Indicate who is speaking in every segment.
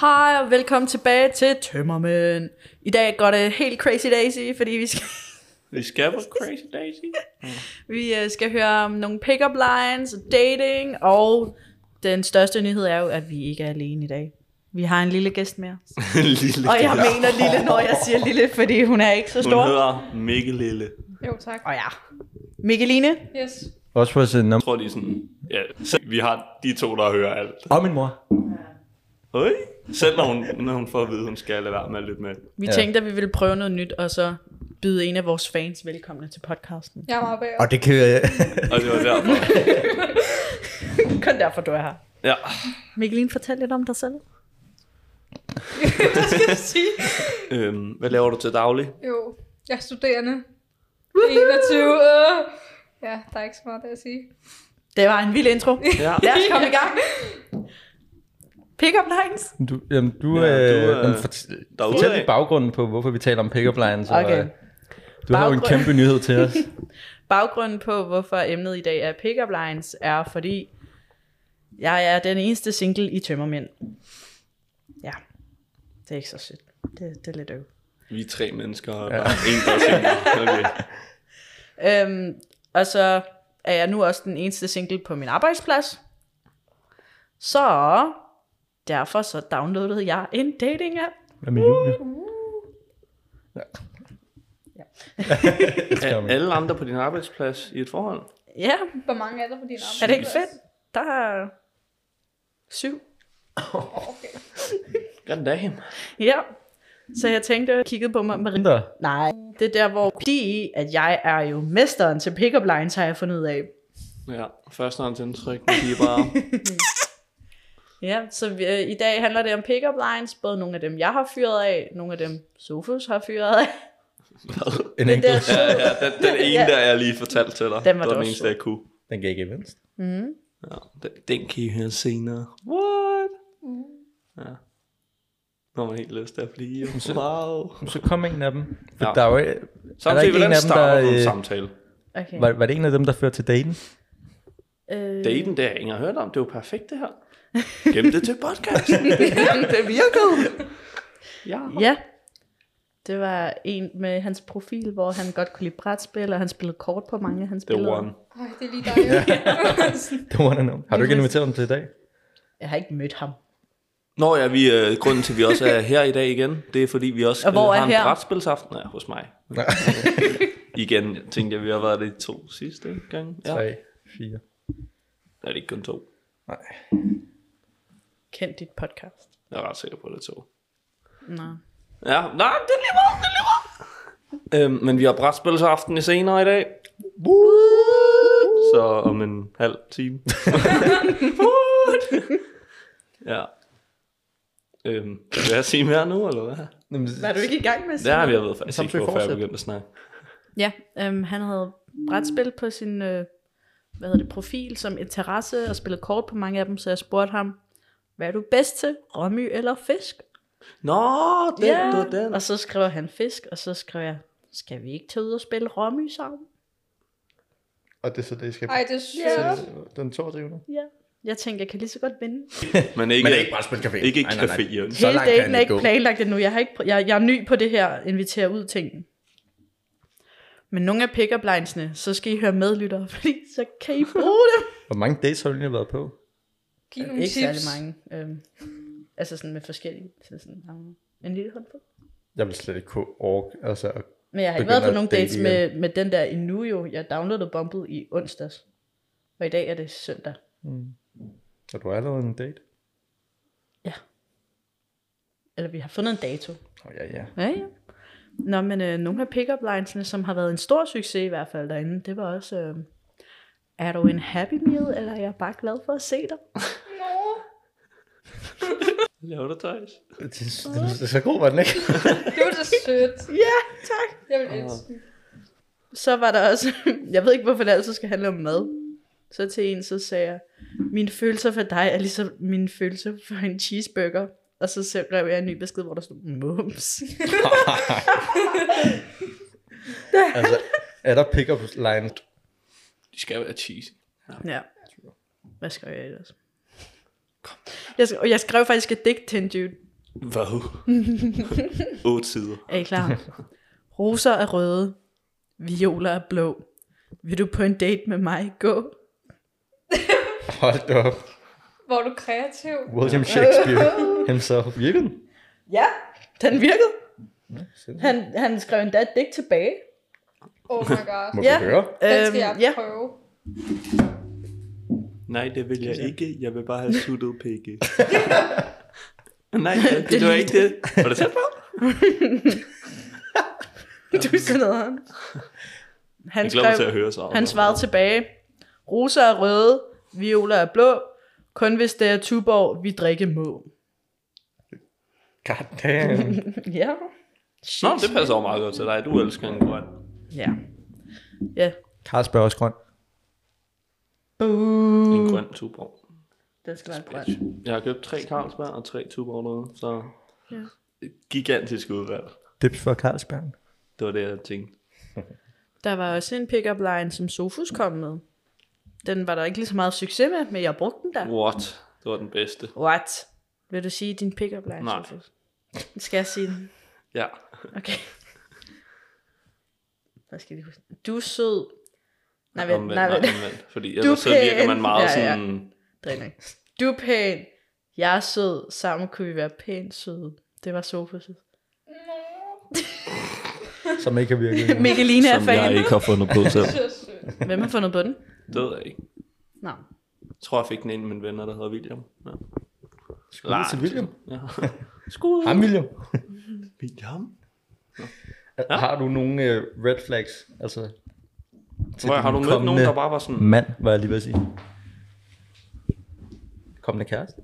Speaker 1: Hej og velkommen tilbage til Tømmermænd. I dag går det helt crazy daisy, fordi vi skal,
Speaker 2: Vi skal på Crazy Daisy.
Speaker 1: vi øh, skal høre om nogle pick-up lines, dating, og den største nyhed er jo, at vi ikke er alene i dag. Vi har en lille gæst med os.
Speaker 2: Lille
Speaker 1: Og jeg
Speaker 2: Kira.
Speaker 1: mener lille, når jeg siger lille, fordi hun er ikke så
Speaker 2: Hun
Speaker 1: stor.
Speaker 2: hedder Mikke Lille.
Speaker 3: Jo, tak.
Speaker 1: Og ja, Mikkeline,
Speaker 3: Yes.
Speaker 4: Også for at sætte
Speaker 2: Jeg tror, de er sådan... Ja, så vi har de to, der hører alt.
Speaker 4: Og min mor.
Speaker 2: Øj. Selv når hun, når hun får at vide, hun skal lade være med at lytte med.
Speaker 1: vi
Speaker 4: Ja.
Speaker 1: tænkte, at vi ville prøve noget nyt, og så byde en af vores fans velkommen til podcasten.
Speaker 3: Jeg er meget bag.
Speaker 4: Og det kan jeg...
Speaker 2: Og det var derfor.
Speaker 1: Kun derfor, du er her.
Speaker 2: Ja.
Speaker 1: Mikkeline, fortæl lidt om dig selv.
Speaker 3: sige.
Speaker 2: Øhm, hvad laver du til daglig?
Speaker 3: Jo, jeg er studerende. 21. Øh. Ja, der er ikke så meget der at sige.
Speaker 1: Det var en vild intro.
Speaker 2: Ja.
Speaker 1: Lad os komme i gang. Pick-up lines.
Speaker 4: Du, jamen, du,
Speaker 2: Ja,
Speaker 4: ja,
Speaker 2: du
Speaker 4: øh,
Speaker 2: er
Speaker 4: jamen, fortæl,
Speaker 2: derude
Speaker 4: fortæl
Speaker 2: af.
Speaker 4: lidt baggrunden på, hvorfor vi taler om pick-up lines. Og,
Speaker 1: Okay.
Speaker 4: øh, du har jo en
Speaker 1: Baggrund.
Speaker 4: kæmpe nyhed til os.
Speaker 1: Baggrunden på, hvorfor emnet i dag er pick-up lines, er fordi, jeg er den eneste single i Tømmermænd. Ja, det er ikke så sødt. Det, det er lidt øv.
Speaker 2: Vi er tre mennesker, og ja. en, der er single. Okay.
Speaker 1: Øhm, og så er jeg nu også den eneste single på min arbejdsplads. Så derfor så downloadede jeg en dating app.
Speaker 4: Hvad med Julie?
Speaker 2: Er alle andre på din arbejdsplads i et forhold?
Speaker 1: Ja,
Speaker 3: Hvor mange er der på din arm?
Speaker 1: er det ikke fedt? Der er syv.
Speaker 3: Okay.
Speaker 2: Godt dag.
Speaker 1: Ja, så jeg tænkte, jeg kiggede på mig med
Speaker 4: Tinder.
Speaker 1: Nej, det er der, hvor de, at jeg er jo mesteren til pick-up lines, har jeg fundet ud af.
Speaker 2: Ja, første hånds indtryk, de er bare...
Speaker 1: Ja, så vi, øh, i dag handler det om pick-up lines, både nogle af dem, jeg har fyret af, nogle af dem, Sofus har fyret af.
Speaker 4: En
Speaker 1: Men det er
Speaker 4: enkelt.
Speaker 1: så,
Speaker 2: Ja, den, den ene, der jeg lige fortalte til dig.
Speaker 1: Den var
Speaker 2: det var
Speaker 1: da også
Speaker 2: den eneste,
Speaker 1: sød.
Speaker 2: jeg kunne.
Speaker 4: Den gik ikke venstre.
Speaker 2: Ja, den, den kan I høre senere. What?
Speaker 4: Mm.
Speaker 2: Ja. Nu har man helt lyst til at blive. Wow.
Speaker 4: Så kom en af dem. For
Speaker 2: Ja.
Speaker 4: ja. der er jo, er der
Speaker 2: Samtidig,
Speaker 4: ikke
Speaker 2: hvordan
Speaker 4: en af dem,
Speaker 2: starter du en
Speaker 4: der... Øh,
Speaker 2: samtale?
Speaker 1: okay.
Speaker 4: var, var det en af dem, der førte til daten?
Speaker 1: Øh,
Speaker 2: Daten der, ingen har hørt om. Det var perfekt, det her. Gem det til podcasten. Jamen, det virkede. Ja.
Speaker 1: ja, det var en med hans profil, hvor han godt kunne lide brætspil, og han spillede kort på mange af hans
Speaker 2: The
Speaker 1: billeder.
Speaker 2: one.
Speaker 3: Ej, det er lige dig. Ja.
Speaker 4: Det var der nogen. Har du ikke
Speaker 1: Lige
Speaker 4: inviteret dem til i dag?
Speaker 1: Jeg har ikke mødt ham.
Speaker 2: Nå ja, vi, øh, grunden til, at vi også er her i dag igen, det er fordi, vi også øh,
Speaker 1: Og hvor er
Speaker 2: har en
Speaker 1: her?
Speaker 2: brætspilsaften ja, hos mig. igen, jeg tænkte jeg, vi har været det i to sidste gange. Ja.
Speaker 4: Tre, fire.
Speaker 2: Er det ikke kun to?
Speaker 1: Kend dit podcast.
Speaker 2: Jeg er ret sikker på, at det er to.
Speaker 1: Nå.
Speaker 2: Ja, nej, det er lige meget, det er lige meget. Øhm, men vi har brætspilsaften i senere i dag. Så om en halv time. ja. Øhm, vil jeg sige mere nu, eller hvad?
Speaker 4: Jamen,
Speaker 1: Var du ikke i gang med
Speaker 2: Det har vi jeg ved faktisk ikke,
Speaker 4: Samtidig
Speaker 2: hvorfor jeg
Speaker 4: fortsæt.
Speaker 2: begyndte at snakke.
Speaker 1: Ja, øhm, han havde brætspil på sin øh, hvad hedder det, profil som interesse og spillede kort på mange af dem, så jeg spurgte ham, hvad er du bedst til, Rommy eller fisk?
Speaker 2: Nå, den,
Speaker 1: Ja.
Speaker 2: det var den.
Speaker 1: Og så skrev han fisk, og så skrev jeg, skal vi ikke tage ud og spille Rommy sammen?
Speaker 5: Og det er så det, I skal
Speaker 3: Ej, det er sødt.
Speaker 1: Ja.
Speaker 5: den 22.
Speaker 1: Ja. Jeg tænkte, jeg kan lige så godt vinde.
Speaker 2: Men ikke,
Speaker 4: Men det er ikke bare at spille café.
Speaker 2: ikke
Speaker 4: Nej, nej, nej.
Speaker 2: caféen.
Speaker 4: Så
Speaker 1: Hele
Speaker 4: langt kan
Speaker 1: dagen
Speaker 4: han
Speaker 1: er
Speaker 4: ikke
Speaker 1: ikke
Speaker 4: gå.
Speaker 1: planlagt endnu. Jeg, har ikke, pr- jeg, jeg er ny på det her invitere ud ting. Men nogle af pick up linesene, så skal I høre med, lyttere, fordi så kan I bruge dem.
Speaker 4: Hvor mange dates har du egentlig været på?
Speaker 3: Giv nogle
Speaker 1: ikke
Speaker 3: tips.
Speaker 1: særlig mange. Øhm, altså sådan med forskellige. Så sådan, um, en lille håndfuld.
Speaker 4: Jeg vil slet ikke kunne orke. Altså,
Speaker 1: Men jeg har ikke
Speaker 4: Begynder
Speaker 1: været på
Speaker 4: at
Speaker 1: nogen
Speaker 4: date
Speaker 1: dates med, med den der endnu jo. Jeg downloadede Bumble i onsdags. Og i dag er det søndag.
Speaker 4: er du allerede en date?
Speaker 1: Eller vi har fundet en dato.
Speaker 4: Oh, ja, ja.
Speaker 1: Ja, ja. Nå, men øh, nogle af pick-up linesene, som har været en stor succes i hvert fald derinde, det var også, øh, er du en happy meal, eller er jeg bare glad for at se dig?
Speaker 3: Nå.
Speaker 2: Laver du tøjs?
Speaker 4: Det, det, det, så god var den ikke.
Speaker 3: Det var så sødt.
Speaker 1: Ja, tak.
Speaker 3: Jeg vil elske den.
Speaker 1: Så var der også, jeg ved ikke, hvorfor det altid skal handle om mad. Så til en, så sagde jeg, mine følelser for dig er ligesom mine følelser for en cheeseburger. Og så skrev jeg en ny besked, hvor der stod, mums.
Speaker 4: altså, er der pick-up lines?
Speaker 2: De skal være cheesy.
Speaker 1: Ja. Hvad skrev jeg ellers? Jeg skrev, jeg skrev faktisk et digt til en dude,
Speaker 2: Hvad? Otte sider.
Speaker 1: Er I klar? Roser er røde. Violer er blå. Vil du på en date med mig gå?
Speaker 4: Hold da op.
Speaker 3: Hvor er du kreativ?
Speaker 4: William Shakespeare himself. Virkelig?
Speaker 1: Ja, den virkede.
Speaker 4: Sindssygt.
Speaker 1: Han, han skrev endda et digt tilbage.
Speaker 3: Oh my god.
Speaker 4: Må
Speaker 1: Ja.
Speaker 4: vi høre?
Speaker 3: Den skal jeg
Speaker 1: Øhm, ja.
Speaker 3: prøve.
Speaker 2: Nej, det vil jeg ikke. Jeg vil bare have suttet pikke. Nej, det, det var
Speaker 1: lige
Speaker 2: ikke det. Var det tæt på?
Speaker 1: Du snyder ham. Han,
Speaker 2: Jeg glæder mig til
Speaker 1: skrev,
Speaker 2: at høre så.
Speaker 1: han svarede tilbage. Roser er røde. Violer er blå. Kun hvis det er Tuborg, vi drikke må.
Speaker 4: God damn.
Speaker 1: Ja.
Speaker 2: Nå, det passer jo meget godt til dig. Du elsker en grøn.
Speaker 1: Ja. Ja.
Speaker 4: Karl spørger også grøn.
Speaker 1: Mm.
Speaker 2: En grøn tuborg.
Speaker 1: Den skal være en grøn.
Speaker 2: Jeg har købt tre Carlsberg og tre tuborg noget, så gigantisk udvalg.
Speaker 4: Dips for Carlsberg.
Speaker 2: Det var det, jeg tænkte.
Speaker 1: Der var også en pick-up line, som Sofus kom med. Den var der ikke lige så meget succes med, men jeg brugte den der.
Speaker 2: What? Det var den bedste.
Speaker 1: What? Vil du sige din pick-up line,
Speaker 2: Nej.
Speaker 1: Sofus? Skal jeg sige den?
Speaker 2: Ja.
Speaker 1: Okay. Hvad skal jeg lige huske? Du er sød. Nej, vent,
Speaker 2: Omvendt,
Speaker 1: nej, vent.
Speaker 2: omvendt. Fordi ellers så virker
Speaker 1: pæn.
Speaker 2: man meget
Speaker 1: Ja, ja.
Speaker 2: sådan...
Speaker 1: Drik ikke. Du er pæn. Jeg er sød. Sammen kunne vi være pænt søde. Det var Sofus.
Speaker 4: Som ikke har virket. endnu.
Speaker 1: Mikkelina er fan.
Speaker 2: ikke har fundet på selv.
Speaker 3: Så sødt.
Speaker 1: Hvem har fundet på den?
Speaker 2: Det ved jeg ikke.
Speaker 1: Nå.
Speaker 2: Jeg tror, jeg fik den ind af mine venner, der hedder William. Ja.
Speaker 4: Skud til William.
Speaker 2: Ja.
Speaker 4: Ham, William.
Speaker 2: William?
Speaker 4: Har du nogle øh, red flags? Altså, til
Speaker 2: Hvor,
Speaker 4: din
Speaker 2: har du mødt nogen,
Speaker 4: kommende
Speaker 2: der bare var sådan...
Speaker 4: Mand, var jeg lige ved at sige. Kommende kæreste?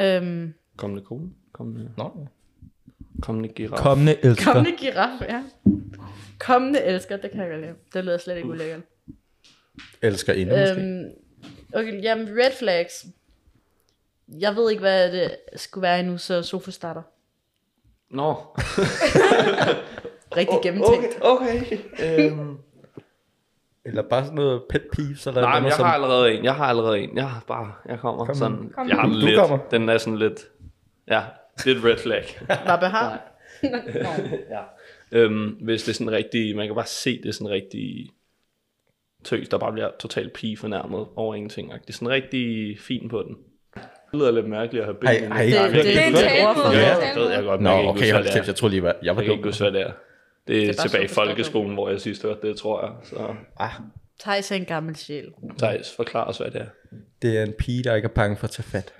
Speaker 1: Øhm,
Speaker 2: Kommende kone? Kommende,
Speaker 4: Nå.
Speaker 2: kommende giraf?
Speaker 4: Kommende elsker.
Speaker 1: kommende giraf, ja. Kommende elsker, det kan jeg godt lide. Det lyder slet ikke ulækkert.
Speaker 4: Elsker endnu måske.
Speaker 1: Øhm, okay, jamen, red flags. Jeg ved ikke, hvad det skulle være endnu, så Sofus starter.
Speaker 2: Nå.
Speaker 1: Rigtig gennemtænkt.
Speaker 2: okay. øhm,
Speaker 4: Eller bare sådan noget pet peeves? Eller
Speaker 2: nej,
Speaker 4: noget,
Speaker 2: men jeg
Speaker 4: som...
Speaker 2: har allerede en. Jeg har allerede en. Jeg har bare... Jeg kommer
Speaker 4: Kom.
Speaker 2: sådan...
Speaker 3: Kom.
Speaker 2: Jeg har
Speaker 4: Du
Speaker 2: lidt...
Speaker 4: kommer.
Speaker 2: Den er sådan lidt... Ja, lidt red flag.
Speaker 1: Var behag?
Speaker 2: Øhm, hvis det er sådan rigtig, man kan bare se det er sådan rigtig tøs, der bare bliver totalt pige fornærmet over ingenting. Det er sådan rigtig fint på den. Det lyder lidt mærkeligt at have
Speaker 4: Har I-
Speaker 2: benene.
Speaker 4: har I ikke-
Speaker 2: Nej,
Speaker 1: Det- det-
Speaker 2: jeg kan ikke
Speaker 3: det er
Speaker 2: huske-
Speaker 3: en talemåde.
Speaker 2: Ja,
Speaker 3: Det er en
Speaker 2: det ved jeg godt, men
Speaker 4: Nå,
Speaker 2: jeg kan ikke
Speaker 4: okay,
Speaker 2: huske,
Speaker 4: hold
Speaker 2: hvad det
Speaker 4: kæft,
Speaker 2: er.
Speaker 4: jeg tror lige, hvad- jeg var
Speaker 2: Jeg kan ikke
Speaker 4: dum.
Speaker 2: huske, hvad det er. Det er,
Speaker 1: bare
Speaker 2: tilbage
Speaker 1: sådan,
Speaker 2: i
Speaker 1: du
Speaker 2: folkeskolen, hvor jeg sidst hørte det, tror jeg. Så
Speaker 4: Ah,
Speaker 1: Thijs er en gammel sjæl.
Speaker 2: Thijs, forklar os, hvad det er.
Speaker 4: det er en pige, der ikke er bange for at tage fat.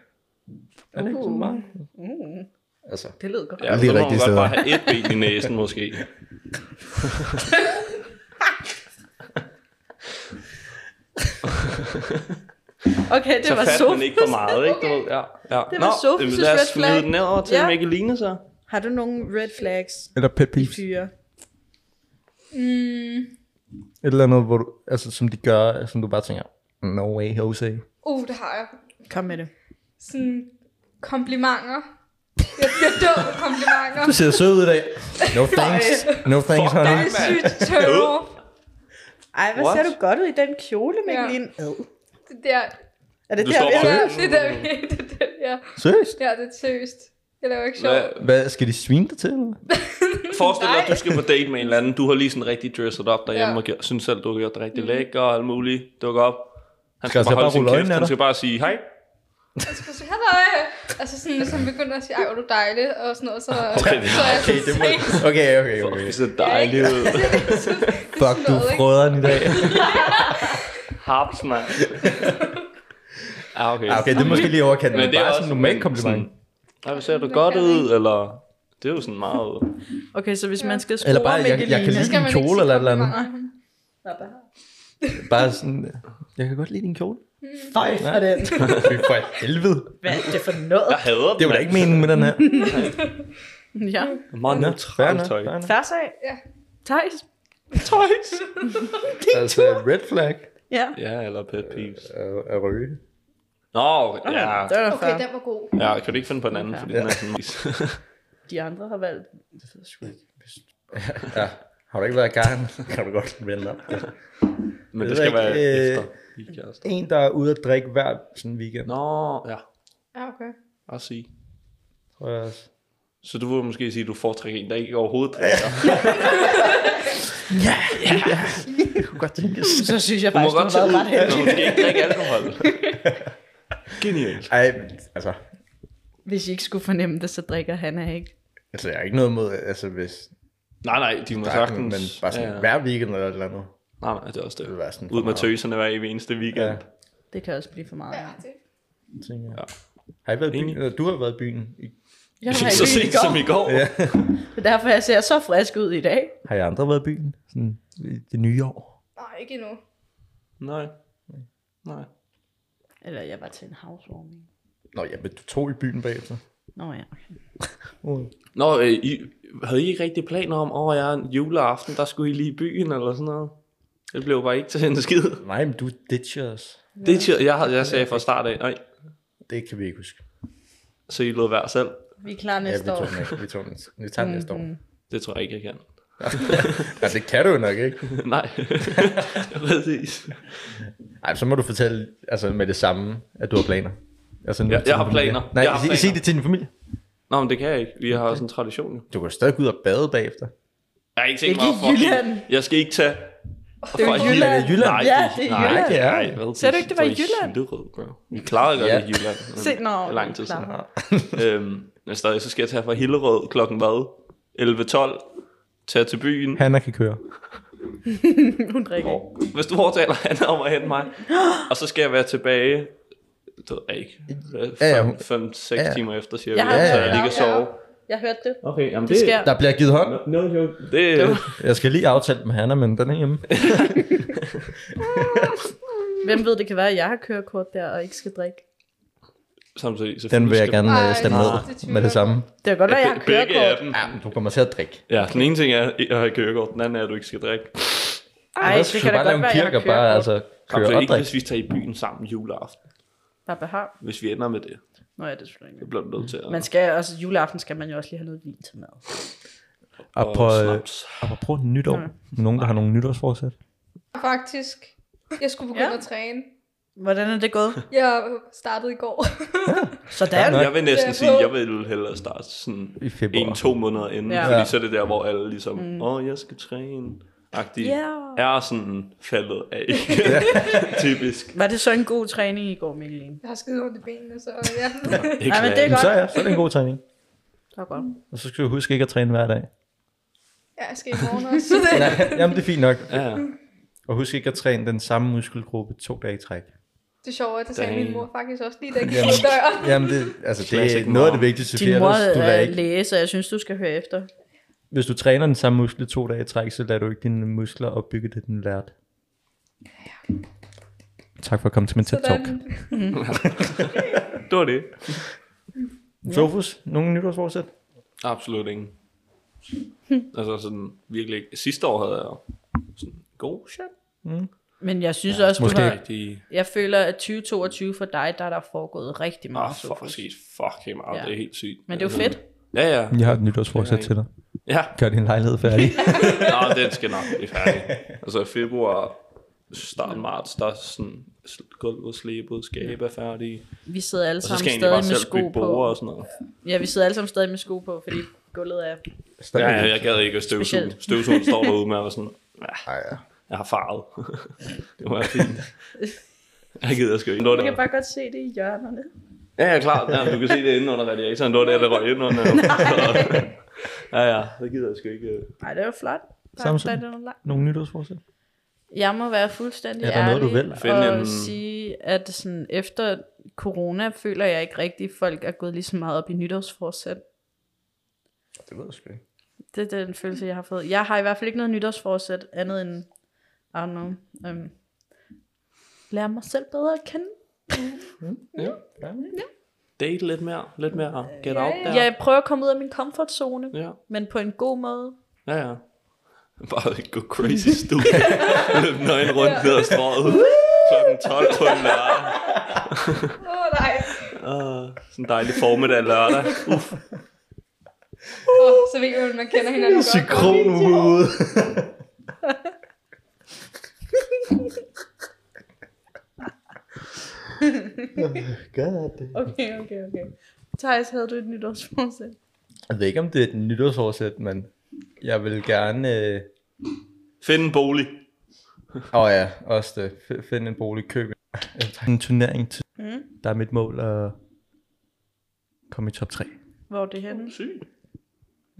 Speaker 4: Er det ikke
Speaker 1: Uh.
Speaker 4: sådan meget? Altså,
Speaker 1: Det lød godt.
Speaker 2: Mm. Ja,
Speaker 4: Lige
Speaker 2: så må man
Speaker 4: rigtige
Speaker 2: godt
Speaker 4: steder.
Speaker 2: bare have et ben i næsen, måske.
Speaker 1: Okay, det
Speaker 2: så
Speaker 1: var
Speaker 2: fat, men
Speaker 1: Sofus.
Speaker 2: ikke for meget, ikke? Du ved, ja, ja.
Speaker 1: Det var Sofus'
Speaker 2: lad os
Speaker 1: red flag.
Speaker 2: smide den ned over til
Speaker 1: Ja.
Speaker 2: ja. Mikkeline, så.
Speaker 1: Har du nogle red flags
Speaker 4: eller pet
Speaker 1: i
Speaker 4: peeves.
Speaker 1: fyre?
Speaker 3: Mm.
Speaker 4: Et eller andet, hvor du, altså, som de gør, som du bare tænker, no way, Jose.
Speaker 3: Uh, det har jeg.
Speaker 1: Kom med det.
Speaker 3: Sådan komplimenter. Jeg bliver død med komplimenter.
Speaker 4: Du ser sød ud i dag. No thanks. No thanks,
Speaker 3: Det
Speaker 4: honey.
Speaker 3: er sygt tørre.
Speaker 1: Ej, hvor
Speaker 2: What?
Speaker 1: ser du godt ud i den kjole, Mikkelin. Ja.
Speaker 3: Det der,
Speaker 1: Er det
Speaker 2: Du
Speaker 1: der,
Speaker 2: står
Speaker 1: vi
Speaker 2: bare-
Speaker 1: er?
Speaker 3: ja, det der, det der, ja.
Speaker 4: Seriøst?
Speaker 3: Ja, det er seriøst. Jeg laver ikke sjov.
Speaker 2: Hvad,
Speaker 4: Hvad, skal de svine dig til? eller hvad?
Speaker 1: ligesom
Speaker 2: Forestil dig,
Speaker 3: Nej.
Speaker 2: at du skal på date med en eller anden. Du har lige sådan rigtig dresset op derhjemme,
Speaker 3: Ja.
Speaker 2: ja. og gør, synes selv, du har gjort det rigtig mm. lækker og alt muligt. Dukker op. Han
Speaker 4: Skal
Speaker 2: skal,
Speaker 4: jeg så
Speaker 2: bare
Speaker 4: bare
Speaker 2: holde sin
Speaker 4: rulle
Speaker 2: kæft.
Speaker 4: øjnene af
Speaker 2: Han
Speaker 4: dig?
Speaker 2: skal bare sige hej.
Speaker 3: Jeg skal sige, halløj. Altså sådan, hvis han begynder at sige, ej, hvor er du dejlig, og sådan noget, så,
Speaker 2: Ah, Okay, det er
Speaker 3: så er jeg
Speaker 4: Okay,
Speaker 3: sådan,
Speaker 4: det må... Okay, okay, okay.
Speaker 2: Det er så dejligt.
Speaker 4: Fuck, du er frøderen i dag.
Speaker 2: Harps, mand. Ah, okay.
Speaker 4: Ah, okay, det er måske lige overkant, men, det er bare
Speaker 2: også
Speaker 4: sådan en normal kompliment.
Speaker 2: Sådan, Ej, hvor ser du godt ud, eller... Det er jo sådan meget...
Speaker 1: Okay, så hvis
Speaker 3: Ja.
Speaker 1: man skal score
Speaker 4: Eller bare, jeg,
Speaker 1: Mikkeline...
Speaker 4: jeg kan lide
Speaker 3: skal
Speaker 4: din
Speaker 3: man ikke
Speaker 4: kjole
Speaker 3: sige
Speaker 4: eller et eller andet.
Speaker 3: komplimenter.
Speaker 4: Bare sådan, jeg kan godt lide din kjole. Fej, nej, det er For helvede.
Speaker 1: Hvad er det for noget?
Speaker 2: Jeg hader
Speaker 4: Det var da ikke meningen med den her.
Speaker 1: Ja.
Speaker 2: Meget
Speaker 4: Nå, fair
Speaker 2: neutralt
Speaker 4: nok,
Speaker 2: tøj.
Speaker 4: fair nok.
Speaker 1: Færds af?
Speaker 3: Ja.
Speaker 1: Thijs?
Speaker 2: Tøjs.
Speaker 4: Altså, red flag
Speaker 1: Ja.
Speaker 2: Ja, eller pet peeves.
Speaker 4: er, er røge.
Speaker 2: Nå, ja.
Speaker 1: Det var
Speaker 3: Okay,
Speaker 1: okay,
Speaker 3: den var god.
Speaker 2: Ja, kan du ikke finde på en anden, fordi den er sådan...
Speaker 1: De andre har valgt.
Speaker 4: Ja, har du ikke været i gang, kan du godt vende op.
Speaker 2: Men
Speaker 4: ved
Speaker 2: det skal
Speaker 4: jeg
Speaker 2: være
Speaker 4: ikke,
Speaker 2: efter.
Speaker 4: øh,
Speaker 2: I kæreste.
Speaker 4: En, der er ude at drikke hver sådan weekend.
Speaker 2: Nå, ja.
Speaker 3: Ja, okay.
Speaker 2: Bare sige.
Speaker 4: Tror
Speaker 5: tror jeg også.
Speaker 2: Så du vil måske sige, at du foretrækker en, der ikke overhovedet drikker.
Speaker 5: Det kunne godt tænkes.
Speaker 1: Så synes jeg
Speaker 2: Du må
Speaker 1: faktisk,
Speaker 2: godt
Speaker 1: du har
Speaker 2: tage
Speaker 1: været ret
Speaker 2: ud,
Speaker 1: heldig.
Speaker 2: altså, du skal ikke drikke alkohol. Genialt.
Speaker 4: Ej, altså,
Speaker 1: Hvis I ikke skulle fornemme det, så drikker Hanna ikke.
Speaker 5: Altså, jeg har ikke noget mod, altså, hvis
Speaker 2: Nej, nej, de må
Speaker 5: drak den, men
Speaker 2: sagtens...
Speaker 5: bare sådan
Speaker 2: ja.
Speaker 5: hver weekend eller et eller andet.
Speaker 2: Nej, nej, det er også det.
Speaker 5: Det vil være sådan for
Speaker 2: Ud med
Speaker 5: meget.
Speaker 2: tøserne hver evig eneste weekend.
Speaker 5: Ja.
Speaker 1: Det kan også blive for meget.
Speaker 3: Ja, det.
Speaker 5: Tænker. jeg.
Speaker 2: Ja.
Speaker 5: Har I været i
Speaker 2: Enig.
Speaker 5: byen? Eller du har været i byen? I...
Speaker 1: Jeg var
Speaker 2: Så
Speaker 1: i byen i
Speaker 2: sent
Speaker 1: går.
Speaker 2: som i går.
Speaker 5: Ja.
Speaker 1: Det er derfor, jeg ser så frisk ud i dag.
Speaker 4: har jeg andre været i byen? Sådan, i det nye år?
Speaker 3: Nej, ikke endnu.
Speaker 2: Nej. Nej.
Speaker 1: Eller jeg var til en housewarming.
Speaker 5: Nå, ja, men du tog i byen bagefter.
Speaker 1: Nå ja, okay.
Speaker 2: Nå, øh, I, havde I ikke rigtig planer om, åh, jeg er en juleaften, der skulle I lige i byen eller sådan noget? Det blev bare ikke til en skid.
Speaker 4: Nej, men du ditcher os.
Speaker 2: Det er ti- jeg, jeg sagde fra start af, nej,
Speaker 5: Det kan vi ikke huske.
Speaker 2: så I lod være selv.
Speaker 1: Vi er klar
Speaker 5: Ja,
Speaker 1: næste
Speaker 5: vi
Speaker 1: år. Mm,
Speaker 5: tog den ikke. Vi, tog den. vi tager den næste år.
Speaker 2: Det tror jeg ikke, jeg kan.
Speaker 5: Ja, det kan du jo nok ikke.
Speaker 2: nej, præcis.
Speaker 5: Ej, så må du fortælle altså, med det samme, at du har planer. Altså, nu
Speaker 2: Ja,
Speaker 5: til
Speaker 2: jeg har
Speaker 5: din familie.
Speaker 2: planer.
Speaker 5: Nej,
Speaker 2: Jeg har
Speaker 5: sig,
Speaker 2: planer.
Speaker 5: sig det til din familie.
Speaker 2: Nå, men det kan jeg ikke. Vi har også en tradition jo.
Speaker 5: Du kan jo stadig gå ud og bade bagefter.
Speaker 2: Jeg har ikke
Speaker 1: Det
Speaker 2: tænkt mig
Speaker 1: er
Speaker 2: at
Speaker 1: ikke Jylland.
Speaker 2: fucking... Jeg skal ikke tage... Det
Speaker 1: er jo Jylland.
Speaker 4: Det er Jylland.
Speaker 2: Nej,
Speaker 1: Ja, det er
Speaker 2: nej,
Speaker 1: Jylland.
Speaker 2: det er-
Speaker 5: Ja.
Speaker 2: nej, hvad,
Speaker 1: Sagde du ikke, det var i Jylland?
Speaker 2: Slyderød, bro. Vi klarede godt
Speaker 5: Ja.
Speaker 2: ja. i Jylland. men
Speaker 1: Se, nå,
Speaker 2: lang tid siden.
Speaker 1: klar.
Speaker 2: øhm, men stadig, så skal jeg tage fra Hillerød klokken hvad? 11.12. Tage til byen.
Speaker 4: Hanna kan køre.
Speaker 1: Hun drikker ikke.
Speaker 2: Hvis du overtaler han om at hente mig. Og så skal jeg være tilbage... Det ved jeg ikke.
Speaker 5: Ja, ja, hun-
Speaker 2: 5-6
Speaker 5: ja.
Speaker 2: timer efter, cirka.
Speaker 1: Jeg har
Speaker 2: så
Speaker 1: hørt
Speaker 2: jeg
Speaker 1: det.
Speaker 2: ligger og sover.
Speaker 1: Jeg hørte det.
Speaker 2: Okay, jamen
Speaker 1: Det sker.
Speaker 5: Der bliver givet hånd.
Speaker 2: No joke. Det, det
Speaker 4: Jeg skal lige aftale med Hanna, men den er hjemme.
Speaker 1: Hvem ved, det kan være, at jeg har kørekort der og ikke skal drikke.
Speaker 2: samtidig selvfølgelig
Speaker 4: Den vil jeg
Speaker 2: skal-
Speaker 4: gerne øh,
Speaker 3: Ej,
Speaker 4: stemme
Speaker 3: nej.
Speaker 4: ned
Speaker 3: Det tvivler
Speaker 4: med det
Speaker 3: jeg
Speaker 4: samme.
Speaker 1: Det kan godt være, at jeg har
Speaker 2: Be- Begge af
Speaker 1: kørekort.
Speaker 2: dem.
Speaker 5: Ja, men du kommer til at drikke.
Speaker 2: Ja, den ene ting er at have kørekort, den anden er, at du ikke skal drikke.
Speaker 1: Ej, det kan da godt være, at jeg har kørekort.
Speaker 4: bare, altså,
Speaker 2: Køre
Speaker 4: køre og
Speaker 2: ikke,
Speaker 4: drikke.
Speaker 2: hvis vi tager i byen sammen juleaften.
Speaker 1: Bare behag.
Speaker 2: Hvis vi ender med det,
Speaker 1: Nå ja, det er selvfølgelig
Speaker 2: så
Speaker 1: ikke.
Speaker 2: bliver du nødt til at...
Speaker 1: Man skal også, juleaften skal man jo også lige have noget vin til mad.
Speaker 4: Og på,
Speaker 2: og
Speaker 4: øh,
Speaker 2: snaps.
Speaker 4: apropos nytår.
Speaker 1: Nej.
Speaker 4: Nogen, der har nogle nytårsforsæt.
Speaker 3: Faktisk. Jeg skulle begynde
Speaker 1: Ja.
Speaker 3: ja. at træne.
Speaker 1: Hvordan er det gået?
Speaker 3: Jeg startede i går.
Speaker 1: Sådan.
Speaker 4: Ja,
Speaker 2: Jeg vil næsten
Speaker 3: Det er
Speaker 2: sige,
Speaker 3: på-
Speaker 2: jeg vil hellere starte sådan
Speaker 4: I februar.
Speaker 2: en, to måneder inden,
Speaker 1: Ja.
Speaker 2: ja. fordi så er det der, hvor alle ligesom, åh, mm. oh, jeg skal træne, agtigt,
Speaker 1: Ja.
Speaker 2: er sådan faldet af, typisk.
Speaker 1: Var det så en god træning i går, Mikkeline?
Speaker 3: Jeg har skide ondt i benene, så ja.
Speaker 1: Nej, men det er
Speaker 4: Jamen,
Speaker 1: godt.
Speaker 4: så, ja, så er det en god træning.
Speaker 1: Det var godt.
Speaker 4: Og så skal du huske ikke at træne hver dag.
Speaker 3: ja, jeg skal i morgen også. Så det.
Speaker 4: Nej, jamen det er fint nok.
Speaker 2: Ja, ja.
Speaker 4: Og husk ikke at træne den samme muskelgruppe to dage i træk.
Speaker 3: det er sjovt, at det sagde
Speaker 2: Dang.
Speaker 3: min mor faktisk også lige da jeg gik ud af døren.
Speaker 4: Jamen det, altså det
Speaker 2: Classic
Speaker 4: er noget af
Speaker 2: mom.
Speaker 4: det vigtigste,
Speaker 1: Din
Speaker 4: Sofia,
Speaker 1: mor
Speaker 4: ellers du lader
Speaker 1: er
Speaker 4: ikke.
Speaker 1: læge, så jeg synes, du skal høre efter.
Speaker 4: Hvis du træner den samme muskel to dage i træk, så lader du ikke dine muskler opbygge det, den lærte. Tak for at komme til min TED Talk.
Speaker 3: Sådan.
Speaker 2: det var det.
Speaker 4: Sofus, nogen nytårsforsæt?
Speaker 2: Absolut ingen. Altså sådan, virkelig ikke. Sidste år havde jeg sådan, god shit.
Speaker 1: Men jeg synes ja, også, du
Speaker 4: måske
Speaker 1: har,
Speaker 2: Rigtig
Speaker 1: jeg føler, at 2022 for dig, der er der foregået rigtig
Speaker 2: Ah,
Speaker 1: meget.
Speaker 2: for
Speaker 1: Sofus.
Speaker 2: set fucking meget.
Speaker 1: Ja.
Speaker 2: Ja. Det er helt sygt.
Speaker 1: Men det er jo
Speaker 2: Altså,
Speaker 1: fedt.
Speaker 2: Ja, ja.
Speaker 4: Jeg har et nytårsforsæt
Speaker 2: Det
Speaker 4: til dig.
Speaker 2: Ja,
Speaker 4: Gør din lejlighed færdig.
Speaker 2: Nå, den skal nok blive færdig. Altså i februar, start marts, der er sådan sl- gulvet, slebet, skabe er færdige.
Speaker 1: Vi sidder alle
Speaker 2: Og så
Speaker 1: sammen
Speaker 2: skal jeg egentlig bare
Speaker 1: stadig med
Speaker 2: selv
Speaker 1: sko
Speaker 2: bygge borde
Speaker 1: på.
Speaker 2: og sådan noget.
Speaker 1: Ja, vi sidder alle sammen stadig med sko på, fordi gulvet er...
Speaker 2: Ja, ja, jeg gad ikke at støvsuge.
Speaker 1: Specielt.
Speaker 2: Støvsugen står derude med og sådan, "Ah,
Speaker 5: Ej, ja.
Speaker 2: jeg har farvet. det var fint. Jeg gider sgu ikke. Det var
Speaker 1: Man kan
Speaker 2: der.
Speaker 1: bare godt se det i hjørnerne.
Speaker 2: Ja, ja, klart. Ja, du kan se det inde under radiatoren. Det var der, der røg ind under. ja, ja, det gider jeg sgu ikke. øh.
Speaker 1: Nej, det er jo flot. Der er
Speaker 4: Samsung.
Speaker 1: flot, der er nogle lang-
Speaker 4: Nogle nytårsforsæt?
Speaker 1: Jeg må være fuldstændig
Speaker 4: Er der noget,
Speaker 1: ærlig
Speaker 4: du vil?
Speaker 2: Find
Speaker 1: og
Speaker 2: en-
Speaker 1: sige, at sådan efter corona føler jeg ikke rigtig, at folk er gået lige så meget op i nytårsforsæt.
Speaker 5: Det ved jeg sgu ikke.
Speaker 1: Det er den følelse, jeg har fået. Jeg har i hvert fald ikke noget nytårsforsæt andet end, I don't know, um, lære mig selv bedre at kende.
Speaker 2: Date lidt mere. Lidt mere. Get
Speaker 3: Ja,
Speaker 2: out
Speaker 3: ja.
Speaker 2: der.
Speaker 1: Ja. Jeg prøver at komme ud af min comfortzone,
Speaker 2: Ja,
Speaker 1: men på en god måde.
Speaker 2: ja, ja. Bare gå crazy stupid. Løb nøgen rundt ned ad strået. Klokken 12 på en lørdag.
Speaker 3: Åh, oh, nej.
Speaker 2: Uh, sådan en dejlig formiddag lørdag. Uff.
Speaker 3: Oh, så ved man, at man kender hinanden godt.
Speaker 5: Synkron ude. God.
Speaker 1: Okay, okay, okay. Thijs, havde du et nytårsforsæt?
Speaker 4: Jeg ved ikke, om det er et nytårsforsæt, men jeg vil gerne... øh,
Speaker 2: Find en bolig.
Speaker 4: Åh øh... oh ja, også det. F- finde en bolig, købe en- Øh, tak. en turnering. Til.
Speaker 1: Mm.
Speaker 4: Der er mit mål at komme i top 3.
Speaker 1: Hvor er det henne?
Speaker 2: Sygt.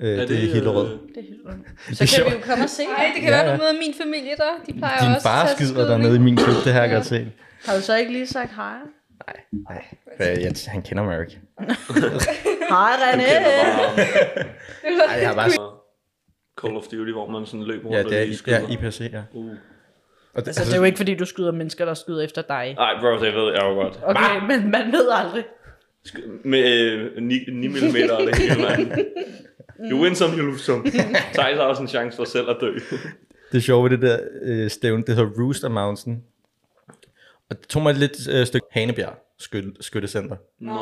Speaker 4: Øh, det, det er helt råd.
Speaker 2: øh,
Speaker 1: Det er helt ondt.
Speaker 4: Det
Speaker 1: Så
Speaker 4: er
Speaker 1: kan
Speaker 4: sjovt.
Speaker 1: vi jo komme og se
Speaker 3: Nej,
Speaker 1: dig.
Speaker 3: det kan
Speaker 4: Ja,
Speaker 3: være,
Speaker 4: ja.
Speaker 3: du møder min familie der. De plejer
Speaker 4: Din
Speaker 3: også
Speaker 4: far
Speaker 3: at tage
Speaker 4: skider dernede i min klub, det har jeg godt set.
Speaker 1: Har du så ikke lige sagt hej?
Speaker 4: Øh, jeg, han kender mig jo ikke.
Speaker 1: Hej, René.
Speaker 3: Det lyder-
Speaker 4: jeg har bare...
Speaker 2: Altså, Call of Duty, hvor man sådan løber rundt
Speaker 4: Ja,
Speaker 2: og
Speaker 4: det er
Speaker 2: lige
Speaker 4: ja,
Speaker 2: skyder.
Speaker 4: IPC, ja.
Speaker 2: Uh.
Speaker 4: Og det,
Speaker 1: Altså, det er jo ikke, fordi du skyder mennesker, der skyder efter dig.
Speaker 2: Ej, bro, det ved jeg jo godt.
Speaker 1: Okay, men man ved aldrig.
Speaker 2: Sk- Med øh, 9, 9 mm og det hele, mand. You win some, you lose some. Thijs har også en chance for selv at dø.
Speaker 4: Det sjove ved det der øh, stævn, det hedder Rooster Mountain. Og det tog mig et lidt øh, stykke Hanebjerg skyt, skyttecenter.
Speaker 2: Nå.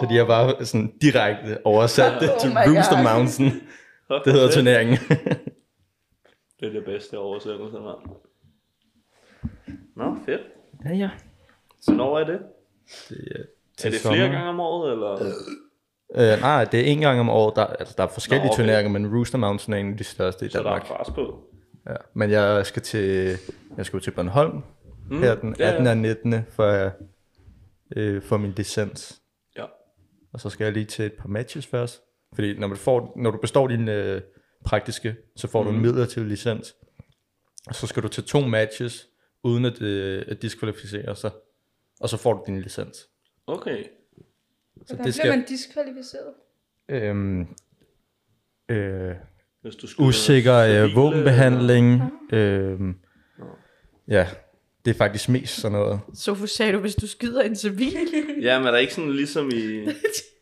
Speaker 4: Så de har bare sådan direkte oversat det
Speaker 1: Oh
Speaker 4: til
Speaker 1: my
Speaker 4: Rooster
Speaker 1: God.
Speaker 4: Mountain. Det hedder turneringen.
Speaker 2: Det er det bedste oversættelse, mand. Nå, fedt.
Speaker 4: ja, ja.
Speaker 2: Så når er det?
Speaker 4: Det, øh,
Speaker 2: Er
Speaker 4: til
Speaker 2: det
Speaker 4: sommer.
Speaker 2: flere gange om året, eller?
Speaker 4: Øh, nej, det er en gang om året. Der, altså, der er forskellige
Speaker 2: Nå,
Speaker 4: Nå,
Speaker 2: okay.
Speaker 4: okay. turneringer, men Rooster Mountain er en af de største i
Speaker 2: Så der er
Speaker 4: Danmark.
Speaker 2: pres på.
Speaker 4: Ja. Men jeg skal til, jeg skal jo til Bornholm
Speaker 2: Mm,
Speaker 4: her den
Speaker 2: ja,
Speaker 4: 18. og 19. for, øh, for min licens.
Speaker 2: Ja.
Speaker 4: Og så skal jeg lige til et par matches først. Fordi når, man får, når du består din øh, praktiske, så får mm. du en midlertidig licens. Og så skal du til to matches, uden at, øh, at diskvalificere sig. Og så får du din licens.
Speaker 2: Okay.
Speaker 4: Så
Speaker 3: Hvordan
Speaker 4: det
Speaker 3: bliver
Speaker 4: skal...
Speaker 3: man diskvalificeret?
Speaker 4: Øhm, øh,
Speaker 2: Hvis du skyder
Speaker 4: usikker øh,
Speaker 2: civile,
Speaker 4: våbenbehandling. Øhm, ja, det er faktisk mest sådan noget.
Speaker 1: Sofus sagde du, hvis du skyder en civil.
Speaker 2: eller- Ja, men er der ikke sådan ligesom i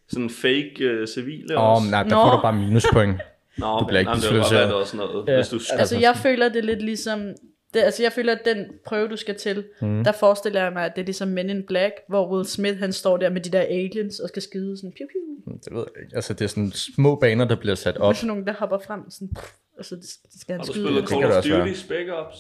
Speaker 2: sådan fake uh, civile
Speaker 4: Åh,
Speaker 2: også?
Speaker 4: oh, nej, der
Speaker 1: Nå.
Speaker 4: får du bare minuspoint.
Speaker 2: Nå,
Speaker 4: du bliver ikke
Speaker 2: nej, men det var godt,
Speaker 4: diskvalificeret.
Speaker 2: at det var sådan noget.
Speaker 4: Ja.
Speaker 2: Hvis du skyder,
Speaker 1: altså, jeg føler det er lidt ligesom... Det, altså, jeg føler, at den prøve, du skal til, mm. der forestiller jeg mig, at det er ligesom Men in Black, hvor Will Smith, han står der med de der aliens og skal skide sådan, piu, piu.
Speaker 4: Det ved jeg ikke. Altså, det er sådan små baner, der bliver sat
Speaker 1: Og
Speaker 4: op.
Speaker 1: sådan nogen, der hopper frem, sådan, pff, og så skal han
Speaker 2: har du
Speaker 1: skyde.
Speaker 2: spillet
Speaker 4: det
Speaker 2: Call
Speaker 4: kan det
Speaker 2: of
Speaker 4: også være.
Speaker 2: Duty, Spec Ops?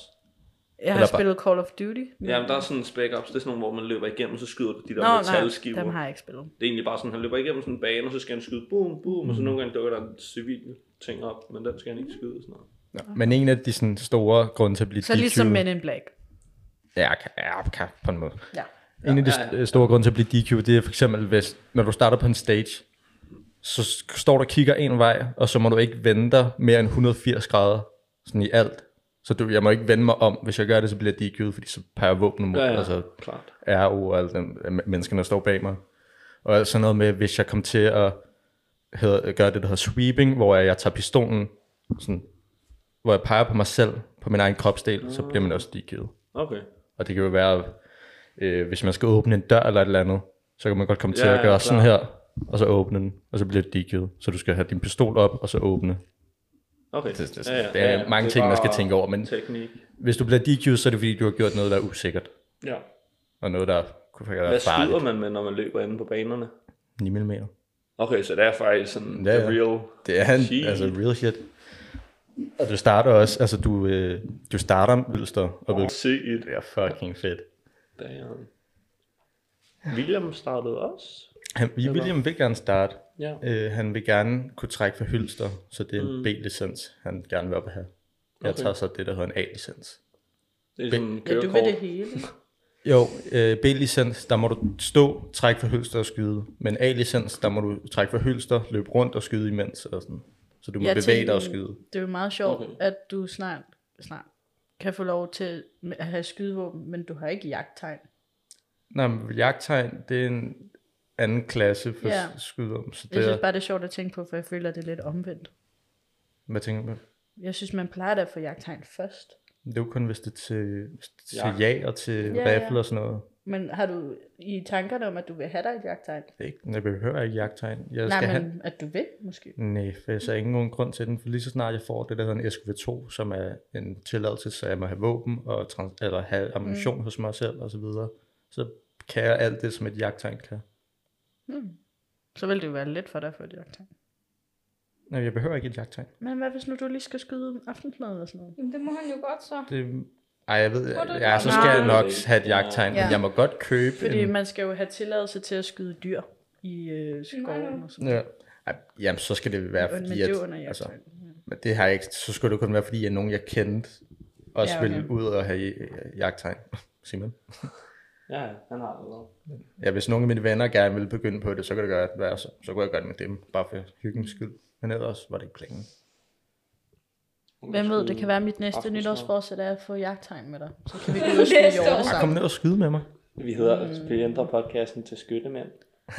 Speaker 1: Jeg har
Speaker 4: Eller bare-
Speaker 1: spillet Call of Duty.
Speaker 2: Jamen, der er sådan Spec Ops, det er sådan nogle, hvor man løber igennem, så skyder du de
Speaker 1: Nå,
Speaker 2: der
Speaker 1: nej,
Speaker 2: metalskiver.
Speaker 1: dem har jeg ikke spillet.
Speaker 2: Det er egentlig bare sådan, han løber igennem sådan en bane, og så skal han skyde boom, boom,
Speaker 4: Mhm.
Speaker 2: og så nogle gange dukker der en civil ting op, men den skal han ikke skyde og sådan noget.
Speaker 4: Men en af de sådan, store grunde til at blive
Speaker 1: Så ligesom
Speaker 4: DQ
Speaker 1: Men in Black.
Speaker 4: Ja, kan- ja, kan- på en måde.
Speaker 1: Ja.
Speaker 4: En af de
Speaker 2: Ja, ja,
Speaker 4: st- store grunde til at blive DQ, det er for eksempel, hvis, når du starter på en stage, så sk- står du og kigger en vej, og så må du ikke vende dig mere end 180 grader, sådan i alt. Så du, jeg må ikke vende mig om. Hvis jeg gør det, så bliver jeg DQ'et, fordi så peger våbnet mod,
Speaker 2: Ja, ja,
Speaker 4: altså
Speaker 2: klart.
Speaker 4: RO og alle dem, øh, menneskerne, der står bag mig. Og alt sådan noget med, hvis jeg kom til at hedder, gøre det, der hedder sweeping, hvor jeg, jeg tager pistolen, sådan, hvor jeg peger på mig selv, på min egen kropsdel, så bliver man også DQ'et.
Speaker 2: Okay.
Speaker 4: Og det kan jo være, øh, hvis man skal åbne en dør eller et eller andet, så kan man godt komme til
Speaker 2: Ja,
Speaker 4: at
Speaker 2: ja,
Speaker 4: gøre
Speaker 2: klar.
Speaker 4: sådan her, og så åbne den, og så bliver det DQ'et. Så du skal have din pistol op, og så åbne.
Speaker 2: Okay.
Speaker 4: Det, det, ja, ja, det er ja, mange
Speaker 2: det
Speaker 4: det ting, man skal
Speaker 2: bare
Speaker 4: tænke over, men
Speaker 2: Teknik.
Speaker 4: hvis du bliver DQ'et, så er det fordi, du har gjort noget, der er usikkert,
Speaker 2: Ja.
Speaker 4: og noget, der kunne være
Speaker 2: Hvad
Speaker 4: farligt.
Speaker 2: skyder man med, når man løber inde på banerne?
Speaker 4: 9 mm.
Speaker 2: Okay, så det er faktisk sådan
Speaker 4: Ja,
Speaker 2: ja, the
Speaker 4: ja.
Speaker 2: real...
Speaker 4: Det er en,
Speaker 2: Shit.
Speaker 4: altså real shit. Og du starter også, altså du, øh, du starter Mølster, og oh.
Speaker 2: Se it.
Speaker 4: det er fucking fedt.
Speaker 2: Damn. William startede også.
Speaker 4: Han, William vil gerne starte.
Speaker 2: Ja.
Speaker 4: Øh, han vil gerne kunne trække for hylster, så det er en B-licens, han gerne vil op at have. Jeg
Speaker 2: Okay.
Speaker 4: tager så det, der hedder en A-licens.
Speaker 2: Det er sådan en
Speaker 1: Ja, du
Speaker 2: kørekort.
Speaker 1: ved det hele.
Speaker 4: Jo, øh, B-licens, der må du stå, trække for hylster og skyde. Men A-licens, der må du trække for hylster, løbe rundt og skyde imens. Og sådan. Så du må
Speaker 1: Jeg
Speaker 4: bevæge dig og
Speaker 1: tænker,
Speaker 4: skyde.
Speaker 1: Det er jo meget sjovt,
Speaker 2: Okay.
Speaker 1: okay. at du snart, snart kan få lov til at have skydevåben, men du har ikke jagttegn.
Speaker 4: Nej, men jagttegn, det er en anden klasse for
Speaker 1: Ja.
Speaker 4: yeah. skydevåben. Så
Speaker 1: Jeg
Speaker 4: det
Speaker 1: synes
Speaker 4: er,
Speaker 1: bare, det er sjovt at tænke på, for jeg føler, at det er lidt omvendt.
Speaker 4: hvad tænker du? på?
Speaker 1: Jeg synes, man plejer da at få jagttegn først.
Speaker 4: Det er jo kun, hvis det er til, hvis det er
Speaker 2: Ja.
Speaker 4: til ja og til
Speaker 1: Ja,
Speaker 4: ja,
Speaker 1: ja.
Speaker 4: rifle og sådan noget.
Speaker 1: Men har du i tankerne om, at du vil have dig et jagttegn?
Speaker 4: Det er ikke, jeg behøver ikke jagttegn. Jeg
Speaker 1: Nej,
Speaker 4: skal have,
Speaker 1: men at du vil, måske.
Speaker 4: Nej, for jeg ser ingen nogen grund til den, for lige så snart jeg får det, der hedder en SKV2, som er en tilladelse, så jeg må have våben og trans- eller have ammunition mm. hos mig selv og så videre, så kan jeg alt det, som et jagttegn kan.
Speaker 1: Hmm. Så vil det jo være let for dig at få et jagttegn.
Speaker 4: Nej, jeg behøver ikke et jagttegn.
Speaker 1: Men hvad hvis nu du lige skal skyde aftensmad eller sådan noget?
Speaker 3: Jamen, det må han jo godt så.
Speaker 4: Det, ej, jeg ved,
Speaker 3: Tror du,
Speaker 4: ja, så
Speaker 3: det-
Speaker 4: skal
Speaker 2: Nej.
Speaker 4: jeg nok have et jagttegn,
Speaker 1: Ja.
Speaker 4: men jeg må godt købe
Speaker 1: Fordi
Speaker 4: en,
Speaker 1: man skal jo have tilladelse til at skyde dyr. i øh, skoven og sådan
Speaker 4: Ja. Ej, Jamen, så skal det være,
Speaker 1: Men
Speaker 4: fordi
Speaker 1: det er
Speaker 4: at,
Speaker 1: under
Speaker 4: altså,
Speaker 1: jagttegn.
Speaker 4: men det har jeg ikke, så skulle det kun være, fordi at nogen, jeg kendte, også
Speaker 1: Ja,
Speaker 4: ja,
Speaker 1: okay.
Speaker 4: okay. ville ud og have øh, jagttegn. Simon.
Speaker 2: Ja, ja, han har det allerede.
Speaker 4: Ja, hvis nogen af mine venner gerne ville begynde på det, så kunne, det gøre, være, så, så kunne jeg gøre det med dem, bare for hyggens skyld. Men ellers var det ikke planen.
Speaker 1: Hvem ved, det kan være mit næste
Speaker 2: Aftensmad.
Speaker 1: nytårsforsæt er at få jagttegn med dig. Så kan vi gå ud og skyde
Speaker 3: Næste
Speaker 1: hjorte
Speaker 3: år.
Speaker 4: Bare kom
Speaker 1: sammen.
Speaker 4: ned og skyde med mig.
Speaker 2: Vi
Speaker 1: Mm.
Speaker 2: hedder, vi ændrer podcasten til Skyttemænd.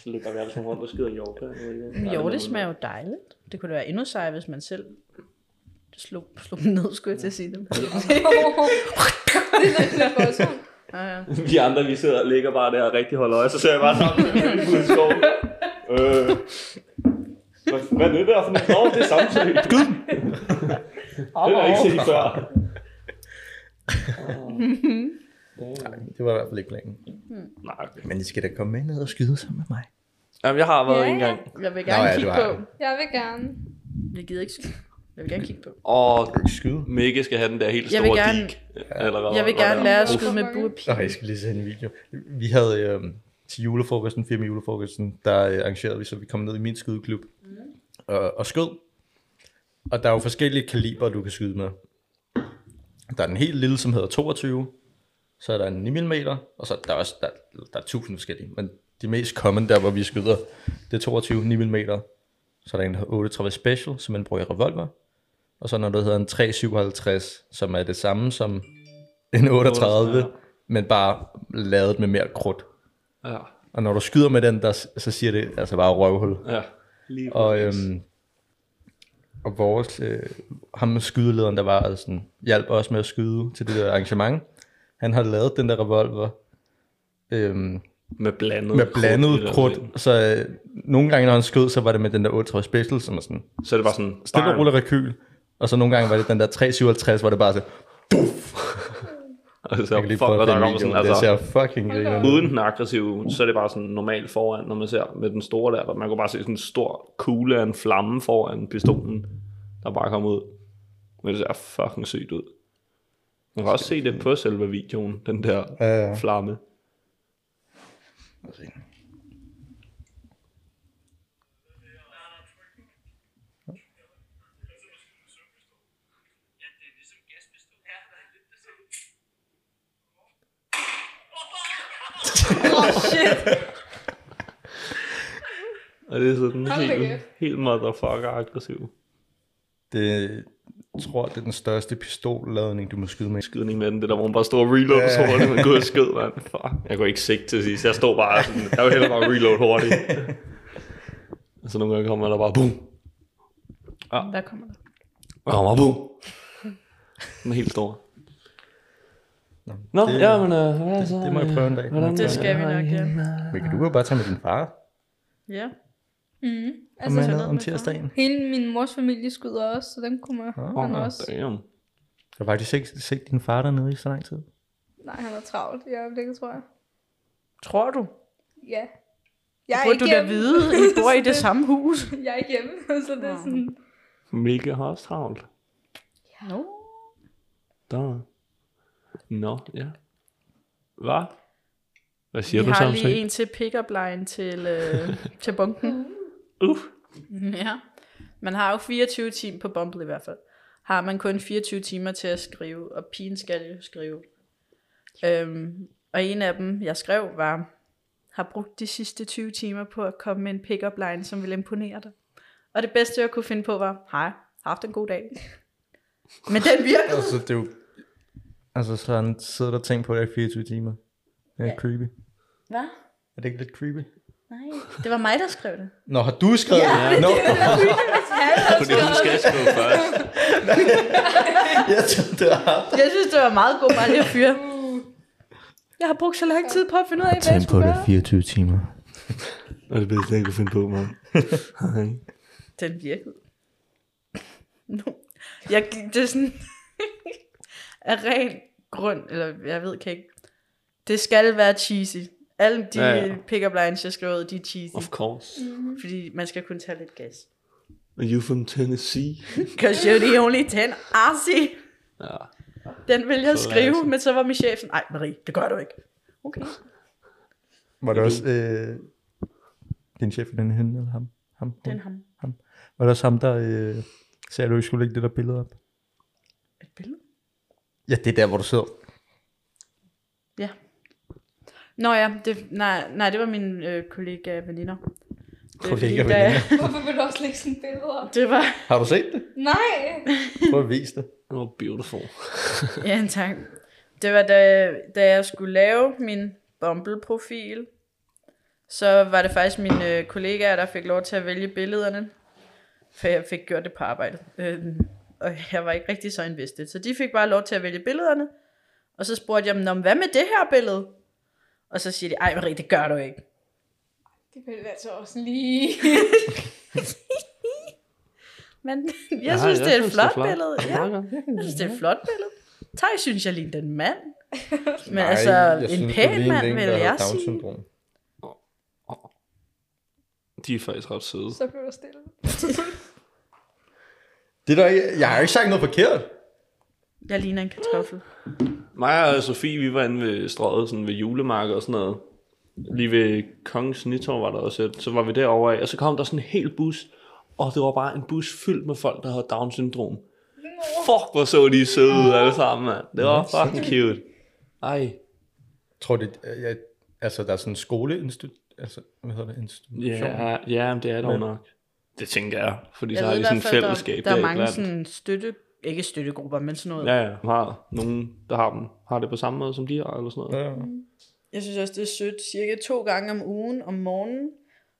Speaker 2: så løber vi alle sammen rundt og skyder hjorte. Jeg ved ikke, hvad.
Speaker 1: Men
Speaker 2: Der er
Speaker 1: Hjorte
Speaker 2: nogen-
Speaker 1: smager jo dejligt. Det kunne da være endnu sejere, hvis man selv slog, slog dem ned, skulle jeg til at sige dem.
Speaker 3: det er sådan, jeg får sådan.
Speaker 1: Ja, ja.
Speaker 2: Vi andre, vi sidder og ligger bare der og rigtig holder øje, så ser jeg bare sammen med ude i skoven. Øh, hvad, hvad er det der for noget? Nå, det er samtidig. Gud! Det har jeg ikke set før.
Speaker 4: Det var i hvert fald ikke planen.
Speaker 2: Nej, okay.
Speaker 4: Men I skal da komme med ned og skyde sammen med mig.
Speaker 2: Jamen, jeg har været
Speaker 3: Ja,
Speaker 2: en
Speaker 3: ja.
Speaker 2: gang.
Speaker 1: Jeg vil gerne
Speaker 4: Nå, ja,
Speaker 1: kigge
Speaker 4: du har-
Speaker 1: på.
Speaker 3: Jeg vil gerne.
Speaker 1: Jeg gider ikke skyde. Jeg vil gerne kigge på.
Speaker 2: Og
Speaker 4: Skyde?
Speaker 2: Mikke skal have den der helt
Speaker 1: Jeg vil
Speaker 2: store
Speaker 1: gerne-
Speaker 2: dig. Eller hvad,
Speaker 1: Jeg vil
Speaker 2: hvad
Speaker 1: gerne
Speaker 2: der-
Speaker 1: lære at
Speaker 3: Hvorfor?
Speaker 1: skyde med buepil.
Speaker 4: Nå, jeg skal lige se en video. Vi havde øh, til julefrokosten, firma julefrokosten, der øh, arrangerede vi, så vi kom ned i min skydeklub mm. og, og skød. Og der er jo forskellige kaliber, du kan skyde med. Der er den helt lille, som hedder 22. Så er der en 9 mm, og så er der også, der, der er tusind forskellige. Men de mest common der, hvor vi skyder, det er 22, 9 mm. Så er der en, der hedder 38 Special, som man bruger i revolver. Og så er der noget, der hedder en 357, som er det samme som en 38, men bare lavet med mere krudt.
Speaker 2: Ja,
Speaker 4: Og når du skyder med den, der, s- så siger det altså bare røvhul.
Speaker 2: ja. Lige
Speaker 4: Og,
Speaker 2: præcis.
Speaker 4: øhm, og vores, øh, ham med skydelederen, der var altså sådan, hjalp også med at skyde til det der arrangement, han har lavet den der revolver øhm,
Speaker 2: med blandet
Speaker 4: med
Speaker 2: i
Speaker 4: blandet
Speaker 2: det,
Speaker 4: krudt.
Speaker 2: ikke?
Speaker 4: Så øh, nogle gange, når han skød, så var det med den der 38 special, som er sådan
Speaker 2: Så er det bare sådan,
Speaker 4: stille og
Speaker 2: bang.
Speaker 4: roligt rekyl. Og så nogle gange var det den der 357, hvor det bare så,
Speaker 2: Og så
Speaker 4: jeg kan
Speaker 2: fuck,
Speaker 4: lige prøve
Speaker 2: hvad
Speaker 4: at
Speaker 2: der
Speaker 4: finde
Speaker 2: kommer sådan,
Speaker 4: videoen, det
Speaker 2: altså,
Speaker 4: ser fucking
Speaker 3: Hold da
Speaker 4: griner.
Speaker 3: op.
Speaker 2: uden den aggressive, så er det bare sådan normalt foran, når man ser med den store der, man kunne bare se sådan en stor kugle af en flamme foran pistolen, der bare kom ud. Men det ser fucking sygt ud. Man kan også se det på selve videoen, den der
Speaker 4: Ja, ja.
Speaker 2: flamme. Og det er sådan
Speaker 3: Hold da
Speaker 2: helt,
Speaker 3: kæft.
Speaker 2: helt motherfucker aggressiv
Speaker 4: Det jeg tror det er den største pistolladning, du må skyde med.
Speaker 2: skydning med den. Det der, hvor man bare står og reload yeah. så hurtigt, man går og skød, mand. Fuck. Jeg går ikke sigt til sidst. Jeg står bare sådan, jeg vil hellere bare reload hurtigt. Og så nogle gange kommer der bare, boom,
Speaker 1: Hvad kommer der?
Speaker 2: Rammer på. Den er helt stor. Nå,
Speaker 4: det-
Speaker 2: ja, men øh, hvad så?
Speaker 4: det må jeg prøve en dag. øh,
Speaker 2: Hvordan,
Speaker 1: Det skal vi nok, ja.
Speaker 4: Men kan du jo bare tage med din far?
Speaker 1: Ja.
Speaker 3: Mm.
Speaker 4: Og
Speaker 3: Altså,
Speaker 4: med
Speaker 1: så
Speaker 4: ned
Speaker 1: ned
Speaker 4: om
Speaker 1: med far.
Speaker 4: tirsdagen.
Speaker 3: hele min mors familie skyder også, så den kunne man,
Speaker 4: Nå.
Speaker 3: han også.
Speaker 2: Damn.
Speaker 4: Jeg har faktisk ikke set din far dernede i så lang tid.
Speaker 3: Nej, han er travlt i øjeblikket, tror jeg.
Speaker 1: Tror du?
Speaker 3: Ja. Jeg
Speaker 1: Burde du da
Speaker 3: hjemme.
Speaker 1: vide, I bor i Ah. det
Speaker 3: Så
Speaker 1: samme hus?
Speaker 3: det- Jeg er ikke hjemme, så det er
Speaker 1: Nå.
Speaker 3: sådan...
Speaker 2: Mega har også travlt.
Speaker 1: No.
Speaker 2: Der. Nå, ja. Hvad?
Speaker 1: Vi
Speaker 2: Hvad siger du
Speaker 1: har
Speaker 2: sammen
Speaker 1: lige en til pick-up line til, øh, til bunken.
Speaker 2: Uh.
Speaker 1: Ja. Man har jo 24 timer på Bumble i hvert fald. Har man kun 24 timer til at skrive, og pigen skal jo skrive. Øhm, og en af dem, jeg skrev, var, har brugt de sidste 20 timer på at komme med en pick-up line, som vil imponere dig. Og det bedste, jeg kunne finde på, var, hej, har haft en god dag. Men den virkede.
Speaker 4: Altså, det er jo... Altså, så han sidder der og tænker på det i 24 timer. Det er creepy.
Speaker 1: Hvad?
Speaker 4: Er det ikke lidt creepy?
Speaker 1: Nej. Det var mig, der skrev det.
Speaker 4: Nå, har du skrevet ja, det? Nå,
Speaker 2: Fordi hun skal skrive først.
Speaker 4: jeg troede, det var ham.
Speaker 1: Jeg synes, det var meget god bare lige at fyre. Jeg har brugt så lang tid på at finde ud af, hvad jeg skulle gøre.
Speaker 4: 24 timer.
Speaker 2: Og det bedste, jeg kunne finde på, mand. Hej.
Speaker 1: Den virkede. No. Jeg, gik- det er sådan... af ren grund, eller jeg ved kan ikke. Det skal være cheesy. Alle de
Speaker 2: Ja,
Speaker 1: ja,
Speaker 2: ja.
Speaker 1: ja. pick-up lines, jeg skrev ud, de er cheesy.
Speaker 2: Of course.
Speaker 1: Mm. Fordi man skal kun tage lidt gas.
Speaker 2: Are you from Tennessee?
Speaker 1: Cause you're the only 10, Arsi.
Speaker 2: Ja.
Speaker 1: Den vil jeg
Speaker 2: Så er
Speaker 1: skrive,
Speaker 2: det.
Speaker 1: men så var min chef sådan, nej Marie, det gør du ikke. Okay.
Speaker 4: Var det også øh, Din chef, den er henne, eller ham? ham hun?
Speaker 1: Den ham.
Speaker 4: Var det også ham, der øh, sagde, at du ikke skulle lægge det der billede op?
Speaker 1: Et billede?
Speaker 4: Ja, det er der, hvor du sidder.
Speaker 1: Ja. Nå ja, det, nej, nej, det var mine øh, kollega veninder. Det er fordi,
Speaker 4: Kollega
Speaker 1: da-
Speaker 4: veninder.
Speaker 3: Hvorfor vil du også lægge sådan billeder op?
Speaker 1: Det var,
Speaker 4: Har du set det?
Speaker 3: Nej!
Speaker 4: Prøv at vise det.
Speaker 6: Oh, beautiful.
Speaker 1: ja tak. Det var da, da jeg skulle lave min Bumble-profil, så var det faktisk mine øh, kollegaer, der fik lov til at vælge billederne, for jeg fik gjort det på arbejde. Øh, og jeg var ikke rigtig så investet, så de fik bare lov til at vælge billederne, og så spurgte jeg dem, "Nå, men hvad med det her billede? Og så siger de, ej Marie, det gør du ikke.
Speaker 3: Det ville altså også lige...
Speaker 1: Men jeg
Speaker 6: Ja,
Speaker 1: ja, synes, det er et flot, billede.
Speaker 6: Det
Speaker 1: Ja,
Speaker 6: er meget godt.
Speaker 1: jeg synes, det er et flot billede. Tej synes, jeg ligner en mand. Men
Speaker 4: Nej,
Speaker 1: Nej, altså,
Speaker 4: jeg
Speaker 1: en
Speaker 4: synes, du
Speaker 1: pæn
Speaker 4: lignede
Speaker 1: mand,
Speaker 4: en,
Speaker 1: vil
Speaker 4: der havde
Speaker 1: jeg
Speaker 4: Down
Speaker 1: sige.
Speaker 4: syndrom.
Speaker 6: De er faktisk ret søde.
Speaker 3: Så blev du stille.
Speaker 4: Det er der ikke, jeg har ikke sagt noget forkert.
Speaker 1: Jeg ligner en kartoffel.
Speaker 6: Mig og Sofie, vi var inde ved strøget, sådan ved julemarked og sådan noget. Lige ved Kongens Nytorv var der også et. Så var vi derovre af, og så kom der sådan en hel bus. Og det var bare en bus fyldt med folk, der havde Down-syndrom. Fuck, hvor så de søde ud alle sammen, mand. Det var fucking cute. Ej,
Speaker 4: Tror det, jeg, altså der er sådan en skoleinstitut, altså hvad hedder det, institution?
Speaker 6: ja, ja men det er dog nok. Det tænker jeg, fordi så
Speaker 1: Jeg
Speaker 6: har
Speaker 1: ved i
Speaker 6: de sådan
Speaker 1: hvert
Speaker 6: et
Speaker 1: fald,
Speaker 6: fællesskab.
Speaker 1: der, der er
Speaker 6: deriblandt.
Speaker 1: mange sådan støtte, ikke støttegrupper, men sådan noget. Ja.
Speaker 6: Ja, ja. Har nogen, der har dem, har det på samme måde, som de har, eller sådan noget.
Speaker 4: Ja.
Speaker 1: Jeg synes også, det er sødt. Cirka to gange om ugen om morgenen,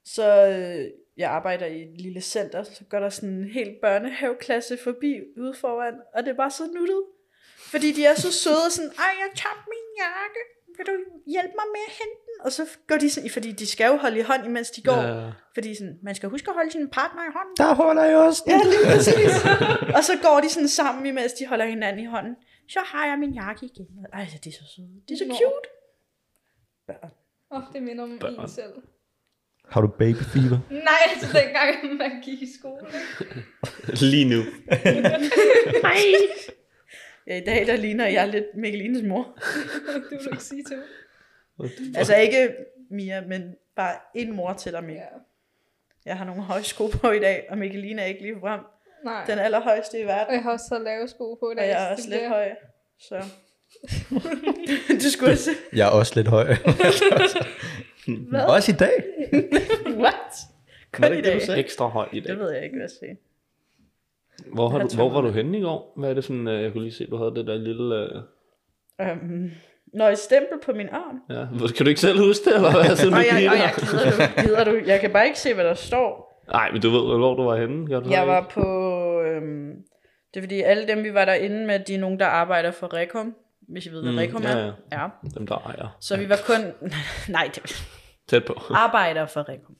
Speaker 1: så øh, jeg arbejder i et lille center, så går der sådan en hel børnehaveklasse forbi ude foran, og det er bare så nuttet. Fordi de er så søde og sådan, ej, jeg tabte min jakke, vil du hjælpe mig med at hente den? Og så går de sådan, fordi de skal jo holde i hånd, imens de går.
Speaker 6: Ja.
Speaker 1: Fordi sådan, man skal huske at holde sin partner i hånden.
Speaker 4: Der holder jeg også.
Speaker 1: Ja, lige præcis. og så går de sådan sammen, imens de holder hinanden i hånden. Så har jeg min jakke igen. Ej, ja, de er så søde. De er så
Speaker 3: Nå.
Speaker 1: cute.
Speaker 3: Åh, oh, det minder om
Speaker 6: Børn.
Speaker 3: en selv.
Speaker 4: Har du baby fever?
Speaker 3: Nej, altså dengang man gik i skole.
Speaker 6: Lige nu.
Speaker 1: Nej. Ja, i dag der ligner jeg lidt Mikkelines mor.
Speaker 3: Det vil du ikke sige til mig. Mm.
Speaker 1: Altså ikke Mia, men bare en mor til dig, Mia.
Speaker 3: Ja.
Speaker 1: Jeg har nogle høje sko på i dag, og Mikkeline er ikke lige frem.
Speaker 3: Nej.
Speaker 1: Den allerhøjeste i
Speaker 3: Og
Speaker 1: verden,
Speaker 3: jeg har også taget lave sko på i
Speaker 1: og
Speaker 3: dag.
Speaker 1: jeg
Speaker 3: så
Speaker 1: er
Speaker 3: det
Speaker 1: også lidt
Speaker 3: bliver-
Speaker 1: høj. Så. du skulle se.
Speaker 4: Jeg er også lidt høj.
Speaker 1: Hvad?
Speaker 4: også i dag.
Speaker 1: What?
Speaker 4: Var
Speaker 1: Kun
Speaker 4: det
Speaker 1: i
Speaker 4: ikke det,
Speaker 1: dag.
Speaker 4: du sagde?
Speaker 6: Ekstra højt i dag.
Speaker 1: Det ved jeg ikke, hvad jeg siger.
Speaker 6: Hvor, har
Speaker 1: Jeg
Speaker 6: du,
Speaker 1: tømmer
Speaker 6: hvor var du henne i går? Hvad er det sådan, øh, jeg kunne lige se, du havde det der lille... Øh,
Speaker 1: Øhm, når jeg stempel på min arm,
Speaker 6: ja. Hvor- Kan du ikke selv huske det, eller hvad? Siden
Speaker 1: Og
Speaker 6: du
Speaker 1: jeg,
Speaker 6: ikke
Speaker 1: og
Speaker 6: lige
Speaker 1: jeg gider du, gider du. Jeg kan bare ikke se, hvad der står.
Speaker 6: var- Nej, men du ved, hvor du var henne. Gør du
Speaker 1: Jeg
Speaker 6: det
Speaker 1: var
Speaker 6: ikke?
Speaker 1: på... Øhm, det er fordi, alle dem, vi var derinde med, de er nogen, der arbejder for Rekom. Hvis I ved, hvad
Speaker 6: Mm,
Speaker 1: Rekom
Speaker 6: ja,
Speaker 1: er.
Speaker 6: ja.
Speaker 1: ja.
Speaker 6: Dem, der ejer.
Speaker 1: Så vi var kun... Nej, det
Speaker 6: Tæt på.
Speaker 1: arbejder for Rekom.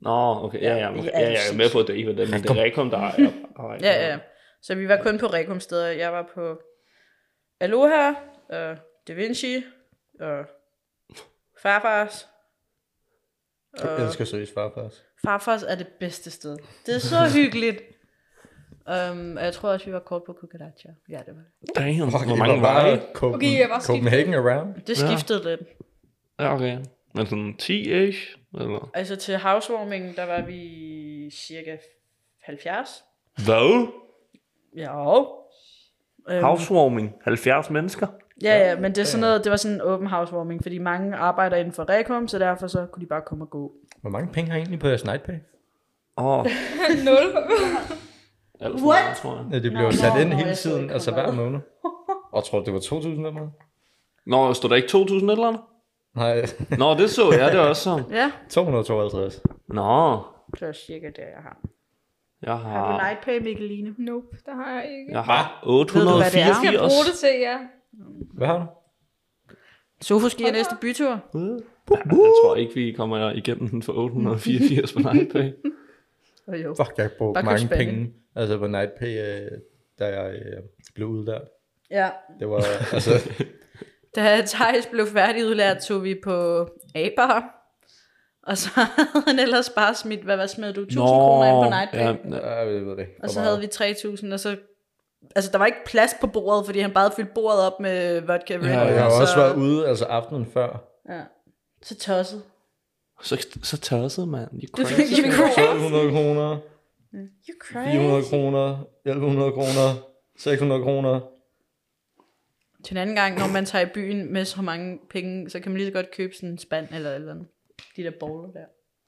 Speaker 6: Nå, okay. Ja, ja, okay.
Speaker 1: Ja,
Speaker 6: ja, ja, jeg er med på, at det ikke var dem, men det er Rekom, der ejer. ejer.
Speaker 1: Ja, ja. Så vi var kun på Rekom steder. Jeg var på Aloha, øh, Da Vinci, og Farfars. øh,
Speaker 4: Jeg elsker seriøst farfars.
Speaker 1: Farfars er det bedste sted. Det er så hyggeligt. Um, og jeg tror også, vi var kort på Kukadacha. Ja, det var det.
Speaker 6: Damn, hvor mange var det?
Speaker 4: Copen,
Speaker 3: Okay, jeg var skidt.
Speaker 4: Copenhagen around.
Speaker 1: Det
Speaker 6: Ja.
Speaker 1: skiftede lidt.
Speaker 6: Ja, okay. Men sådan 10-ish, eller...
Speaker 1: Altså til housewarming, der var vi cirka 70.
Speaker 6: Hvad?
Speaker 1: Ja. Um, Øhm,
Speaker 6: Housewarming. 70 mennesker?
Speaker 1: ja, ja, men det, er sådan noget, det var sådan en åben housewarming, fordi mange arbejder inden for Rekom, så derfor så kunne de bare komme og gå.
Speaker 4: Hvor mange penge har I egentlig på jeres nightpay?
Speaker 6: Åh, oh,
Speaker 3: Nul.
Speaker 6: alt for
Speaker 1: What?
Speaker 6: meget, tror jeg.
Speaker 4: Ja, det
Speaker 1: Nå,
Speaker 4: blev sat
Speaker 1: nå,
Speaker 4: ind
Speaker 1: nå,
Speaker 4: hele
Speaker 1: jeg så
Speaker 4: tiden,
Speaker 1: ikke
Speaker 4: altså
Speaker 1: kommet
Speaker 4: hver måned. Og tror du, det var 2.000 eller noget?
Speaker 6: Nå, stod der ikke 2.000 et eller andet?
Speaker 4: Nej,
Speaker 6: Nå, det så jeg, det er også sådan.
Speaker 1: Ja,
Speaker 4: 252.
Speaker 6: Nå,
Speaker 1: det var cirka det, jeg har.
Speaker 6: jeg
Speaker 1: Har du
Speaker 6: har...
Speaker 1: nightpay, Mikkeline?
Speaker 3: Nope, der har jeg ikke.
Speaker 6: Jeg har
Speaker 1: hvad det er?
Speaker 3: Jeg skal bruge
Speaker 6: 884.
Speaker 3: det til jer.
Speaker 4: Hvad har du?
Speaker 1: Sofus giver næste bytur.
Speaker 6: Ja, jeg tror ikke, vi kommer igennem den for 884 på NightPay.
Speaker 1: Oh, jo.
Speaker 4: Fuck, jeg brugte
Speaker 1: Bare køb
Speaker 4: mange
Speaker 1: spande.
Speaker 4: penge. Altså på nightpay, øh, da jeg øh, blev udlært.
Speaker 1: Ja,
Speaker 4: Det var, altså,
Speaker 1: Da Thijs blev færdigudlært, tog vi på aber. Og så havde han ellers bare smidt, hvad, hvad smed du? 1000 kroner ind på Nightpay. Ja,
Speaker 6: Ja,
Speaker 4: jeg ved det ikke.
Speaker 1: og
Speaker 4: for
Speaker 1: så
Speaker 4: meget.
Speaker 1: havde vi 3000, og så... Altså, der var ikke plads på bordet, fordi han bare fyldte bordet op med vodka. Red,
Speaker 4: Og jeg har
Speaker 1: så,
Speaker 4: også været ude altså aftenen før.
Speaker 1: Ja. Så tosset.
Speaker 6: Så, så tørset, mand. You
Speaker 1: Du
Speaker 6: crazy.
Speaker 1: fik jo crazy.
Speaker 4: 100 kroner,
Speaker 1: You
Speaker 4: 400
Speaker 1: crazy.
Speaker 4: kroner, 1100 kroner, 600 kroner.
Speaker 1: Til en anden gang, når man tager i byen med så mange penge, så kan man lige så godt købe sådan en spand eller et eller andet. De der bowler der.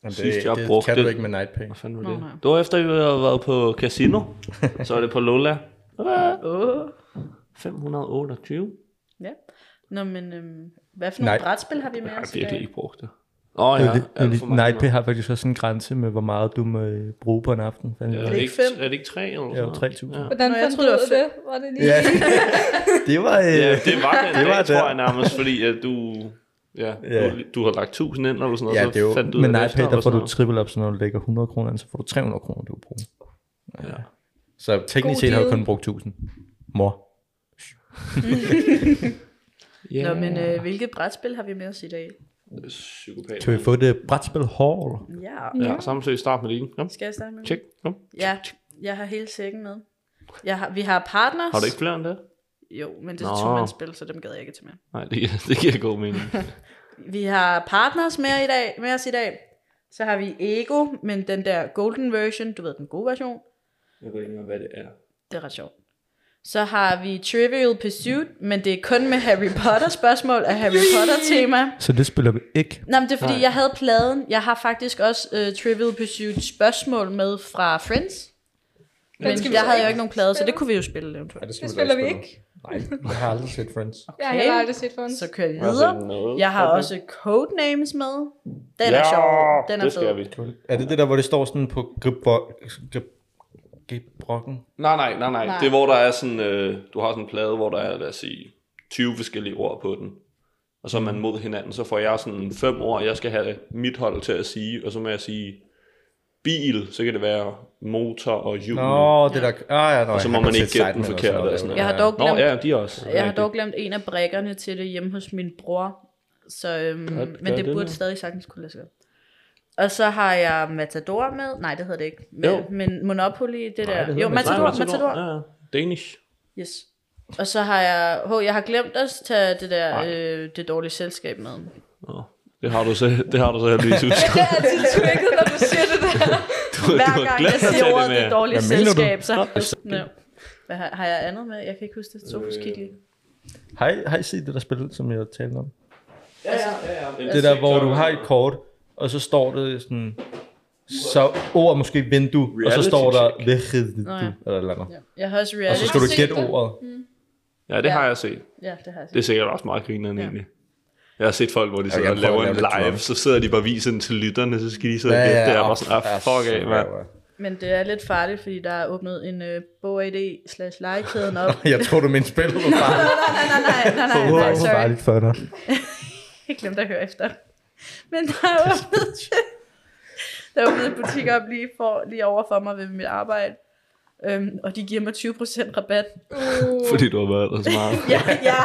Speaker 4: Jamen,
Speaker 6: Sidst jeg
Speaker 4: det
Speaker 6: brugte
Speaker 4: kan du
Speaker 6: det.
Speaker 4: ikke med nightpay.
Speaker 6: Hvad fanden var
Speaker 1: Nå,
Speaker 6: det?
Speaker 1: nej.
Speaker 6: Det var efter, vi havde været på casino. så var det på Lola. Ah,
Speaker 1: Åh.
Speaker 6: 528.
Speaker 1: Ja. Nå, men øhm, hvad for nogle
Speaker 4: Nej.
Speaker 1: brætspil har vi med
Speaker 6: Jeg har
Speaker 1: os i
Speaker 6: virkelig
Speaker 1: dag?
Speaker 6: ikke brugt det. Åh oh, ja, alt for mange.
Speaker 4: Nightpay har faktisk også en grænse med, hvor meget du må øh, bruge på en aften.
Speaker 6: Ja,
Speaker 4: Ja.
Speaker 6: er,
Speaker 1: det
Speaker 6: det
Speaker 1: ikke
Speaker 6: ikke,
Speaker 1: fem?
Speaker 6: er det ikke tre eller
Speaker 4: Jo,
Speaker 6: sådan noget?
Speaker 4: 3.000.
Speaker 6: Ja.
Speaker 3: Hvordan
Speaker 1: Nå, jeg
Speaker 3: fandt du
Speaker 1: troede, det
Speaker 3: ud af
Speaker 1: var
Speaker 3: det? Var det lige...
Speaker 4: Ja. Det var... Øh,
Speaker 6: ja, det var den
Speaker 4: Det
Speaker 6: det
Speaker 4: var
Speaker 6: var dag,
Speaker 4: den.
Speaker 6: tror jeg nærmest, fordi at du, ja,
Speaker 4: Ja.
Speaker 6: ja. du, du har lagt 1000 ind eller sådan noget,
Speaker 4: ja,
Speaker 6: så
Speaker 4: det er jo,
Speaker 6: fandt du ud
Speaker 4: med
Speaker 6: af det
Speaker 4: Nightpay,
Speaker 6: efter,
Speaker 4: der
Speaker 6: eller
Speaker 4: får
Speaker 6: sådan
Speaker 4: du triple op, så når du lægger 100 kroner ind, så får du 300 kroner, du kan bruge.
Speaker 6: noget. Ja.
Speaker 4: Så
Speaker 3: God
Speaker 4: teknisk set har du
Speaker 3: deal.
Speaker 4: kun brugt 1000. Mor.
Speaker 6: Yeah.
Speaker 1: Nå, men øh, hvilket brætspil har vi med os i dag?
Speaker 6: Psykopat.
Speaker 4: Kan vi få det brætspil hall?
Speaker 1: Ja.
Speaker 6: Ja, samtidig start med det ene. Kom,
Speaker 1: Skal jeg starte med
Speaker 6: tjek. Kom.
Speaker 1: Ja, jeg har hele sækken med. Jeg har, vi har partners.
Speaker 6: Har du ikke flere end det?
Speaker 1: Jo, men det
Speaker 6: Nå.
Speaker 1: er to spil, så dem gad jeg ikke til med.
Speaker 6: Nej, det, giver- det giver god mening.
Speaker 1: Vi har partners med, i dag, med os i dag. Så har vi Ego, men den der golden version, du ved, den gode version.
Speaker 6: Jeg ved ikke engang, hvad det er.
Speaker 1: Det er ret sjovt. Så har vi Trivial Pursuit, men det er kun med Harry Potter spørgsmål af Harry Potter tema.
Speaker 4: Så det spiller vi ikke.
Speaker 1: Nå, men det er fordi, jeg havde pladen. Jeg har faktisk også uh, Trivial Pursuit spørgsmål med fra Friends. Men
Speaker 3: skal vi
Speaker 1: der
Speaker 3: så
Speaker 1: havde jeg jo
Speaker 3: ikke
Speaker 1: ikke nogen plade, så det
Speaker 3: spille?
Speaker 1: kunne vi jo spille eventuelt.
Speaker 3: Det spiller vi ikke.
Speaker 4: Nej, jeg har aldrig set Friends.
Speaker 3: Jeg har heller aldrig set for
Speaker 1: Så kører vi videre. Jeg har også Codenames med. Den er
Speaker 6: Ja,
Speaker 1: sjov. Den er
Speaker 6: det skal
Speaker 1: fed.
Speaker 6: vi.
Speaker 4: Er det det der, hvor det står sådan på gribbrokken?
Speaker 6: Nej, nej, nej, nej.
Speaker 1: Nej.
Speaker 6: Det er, hvor der er sådan, øh, du har sådan en plade, hvor der er, lad os sige, 20 forskellige ord på den. Og så er
Speaker 1: Mm.
Speaker 6: man mod hinanden, så får jeg sådan fem ord, jeg skal have mit hold til at sige, og så må jeg sige bil, så kan det være motor og hjul.
Speaker 4: Nå, det der... Ah, ja, nej,
Speaker 6: så må
Speaker 4: jeg
Speaker 6: man
Speaker 4: kan
Speaker 6: ikke
Speaker 4: sætte
Speaker 6: gætte
Speaker 4: sejten
Speaker 6: den
Speaker 4: eller
Speaker 6: forkerte
Speaker 4: noget.
Speaker 6: og sådan noget.
Speaker 1: Jeg har dog
Speaker 6: Nå,
Speaker 1: glemt,
Speaker 6: ja, de er også.
Speaker 1: jeg har dog glemt en af brækkerne til det hjemme hos min bror. Så, øhm, men
Speaker 6: gør
Speaker 1: det
Speaker 6: det
Speaker 1: burde
Speaker 6: da.
Speaker 1: stadig sagtens kunne lade sig gøre. Og så har jeg Matador med. Nej, det hedder det ikke. Men,
Speaker 6: Jo.
Speaker 1: men Monopoly, det der.
Speaker 4: hedder
Speaker 1: jo, Matador.
Speaker 6: Nej,
Speaker 1: Matador. Matador.
Speaker 6: Ja, ja. Danish.
Speaker 1: Yes. Og så har jeg, hov, jeg har glemt at tage det der,
Speaker 6: Nej.
Speaker 1: øh, det dårlige selskab med.
Speaker 6: Nå, det har du så, det har du så heldigvis husket.
Speaker 3: Det er altid tricket, når du siger det der.
Speaker 6: Du, du
Speaker 1: Hver
Speaker 6: har
Speaker 1: gang
Speaker 6: glemt
Speaker 1: jeg
Speaker 6: at tage
Speaker 1: siger ordet det,
Speaker 6: med.
Speaker 1: det dårlige
Speaker 4: Hvad mener du?
Speaker 1: selskab, så har jeg sådan, ja. Hvad har, har jeg andet med? Jeg kan ikke huske det. Sofus
Speaker 6: Øh,
Speaker 1: kig lige.
Speaker 4: Har I, har I set det der spil, som jeg talte om?
Speaker 6: Ja, ja, ja, ja.
Speaker 4: Det der, hvor du har
Speaker 6: Altså,
Speaker 4: et kort, og så står det sådan... Så ord måske vindue, og så står der...
Speaker 6: Reality
Speaker 4: Vejret
Speaker 1: Nå ja.
Speaker 4: du, eller et eller andet.
Speaker 1: Ja. Jeg har også
Speaker 4: Og
Speaker 1: reality.
Speaker 4: så skal du
Speaker 3: set
Speaker 4: gætte
Speaker 3: det.
Speaker 4: ordet.
Speaker 6: Ja, det har jeg set.
Speaker 1: Ja, det har jeg.
Speaker 6: Det er sikkert også meget grinerende
Speaker 1: Ja.
Speaker 6: ja. egentlig. Jeg har set folk, hvor de sidder og
Speaker 4: gerne prøve
Speaker 6: laver
Speaker 4: at
Speaker 6: en
Speaker 4: lave lidt
Speaker 6: live,
Speaker 4: drama.
Speaker 6: så sidder de bare og viser den til lytterne, så skal de sidde og gætte det, og bare sådan, ah, fuck af, mand.
Speaker 1: Men det er lidt farligt, fordi der er åbnet en øh, BOAD slash legekæden op.
Speaker 4: Jeg tror du min spil var bare...
Speaker 1: nej, nej, nej, nej, nej, nej, nej, sorry.
Speaker 4: for dig.
Speaker 1: Jeg glemte at høre efter. Men der er åbnet, der er åbnet en butik op lige, for, lige over for mig ved mit arbejde. Øhm, og de giver mig 20% rabat.
Speaker 3: Uh,
Speaker 6: Fordi du har været der så meget.
Speaker 1: ja, ja.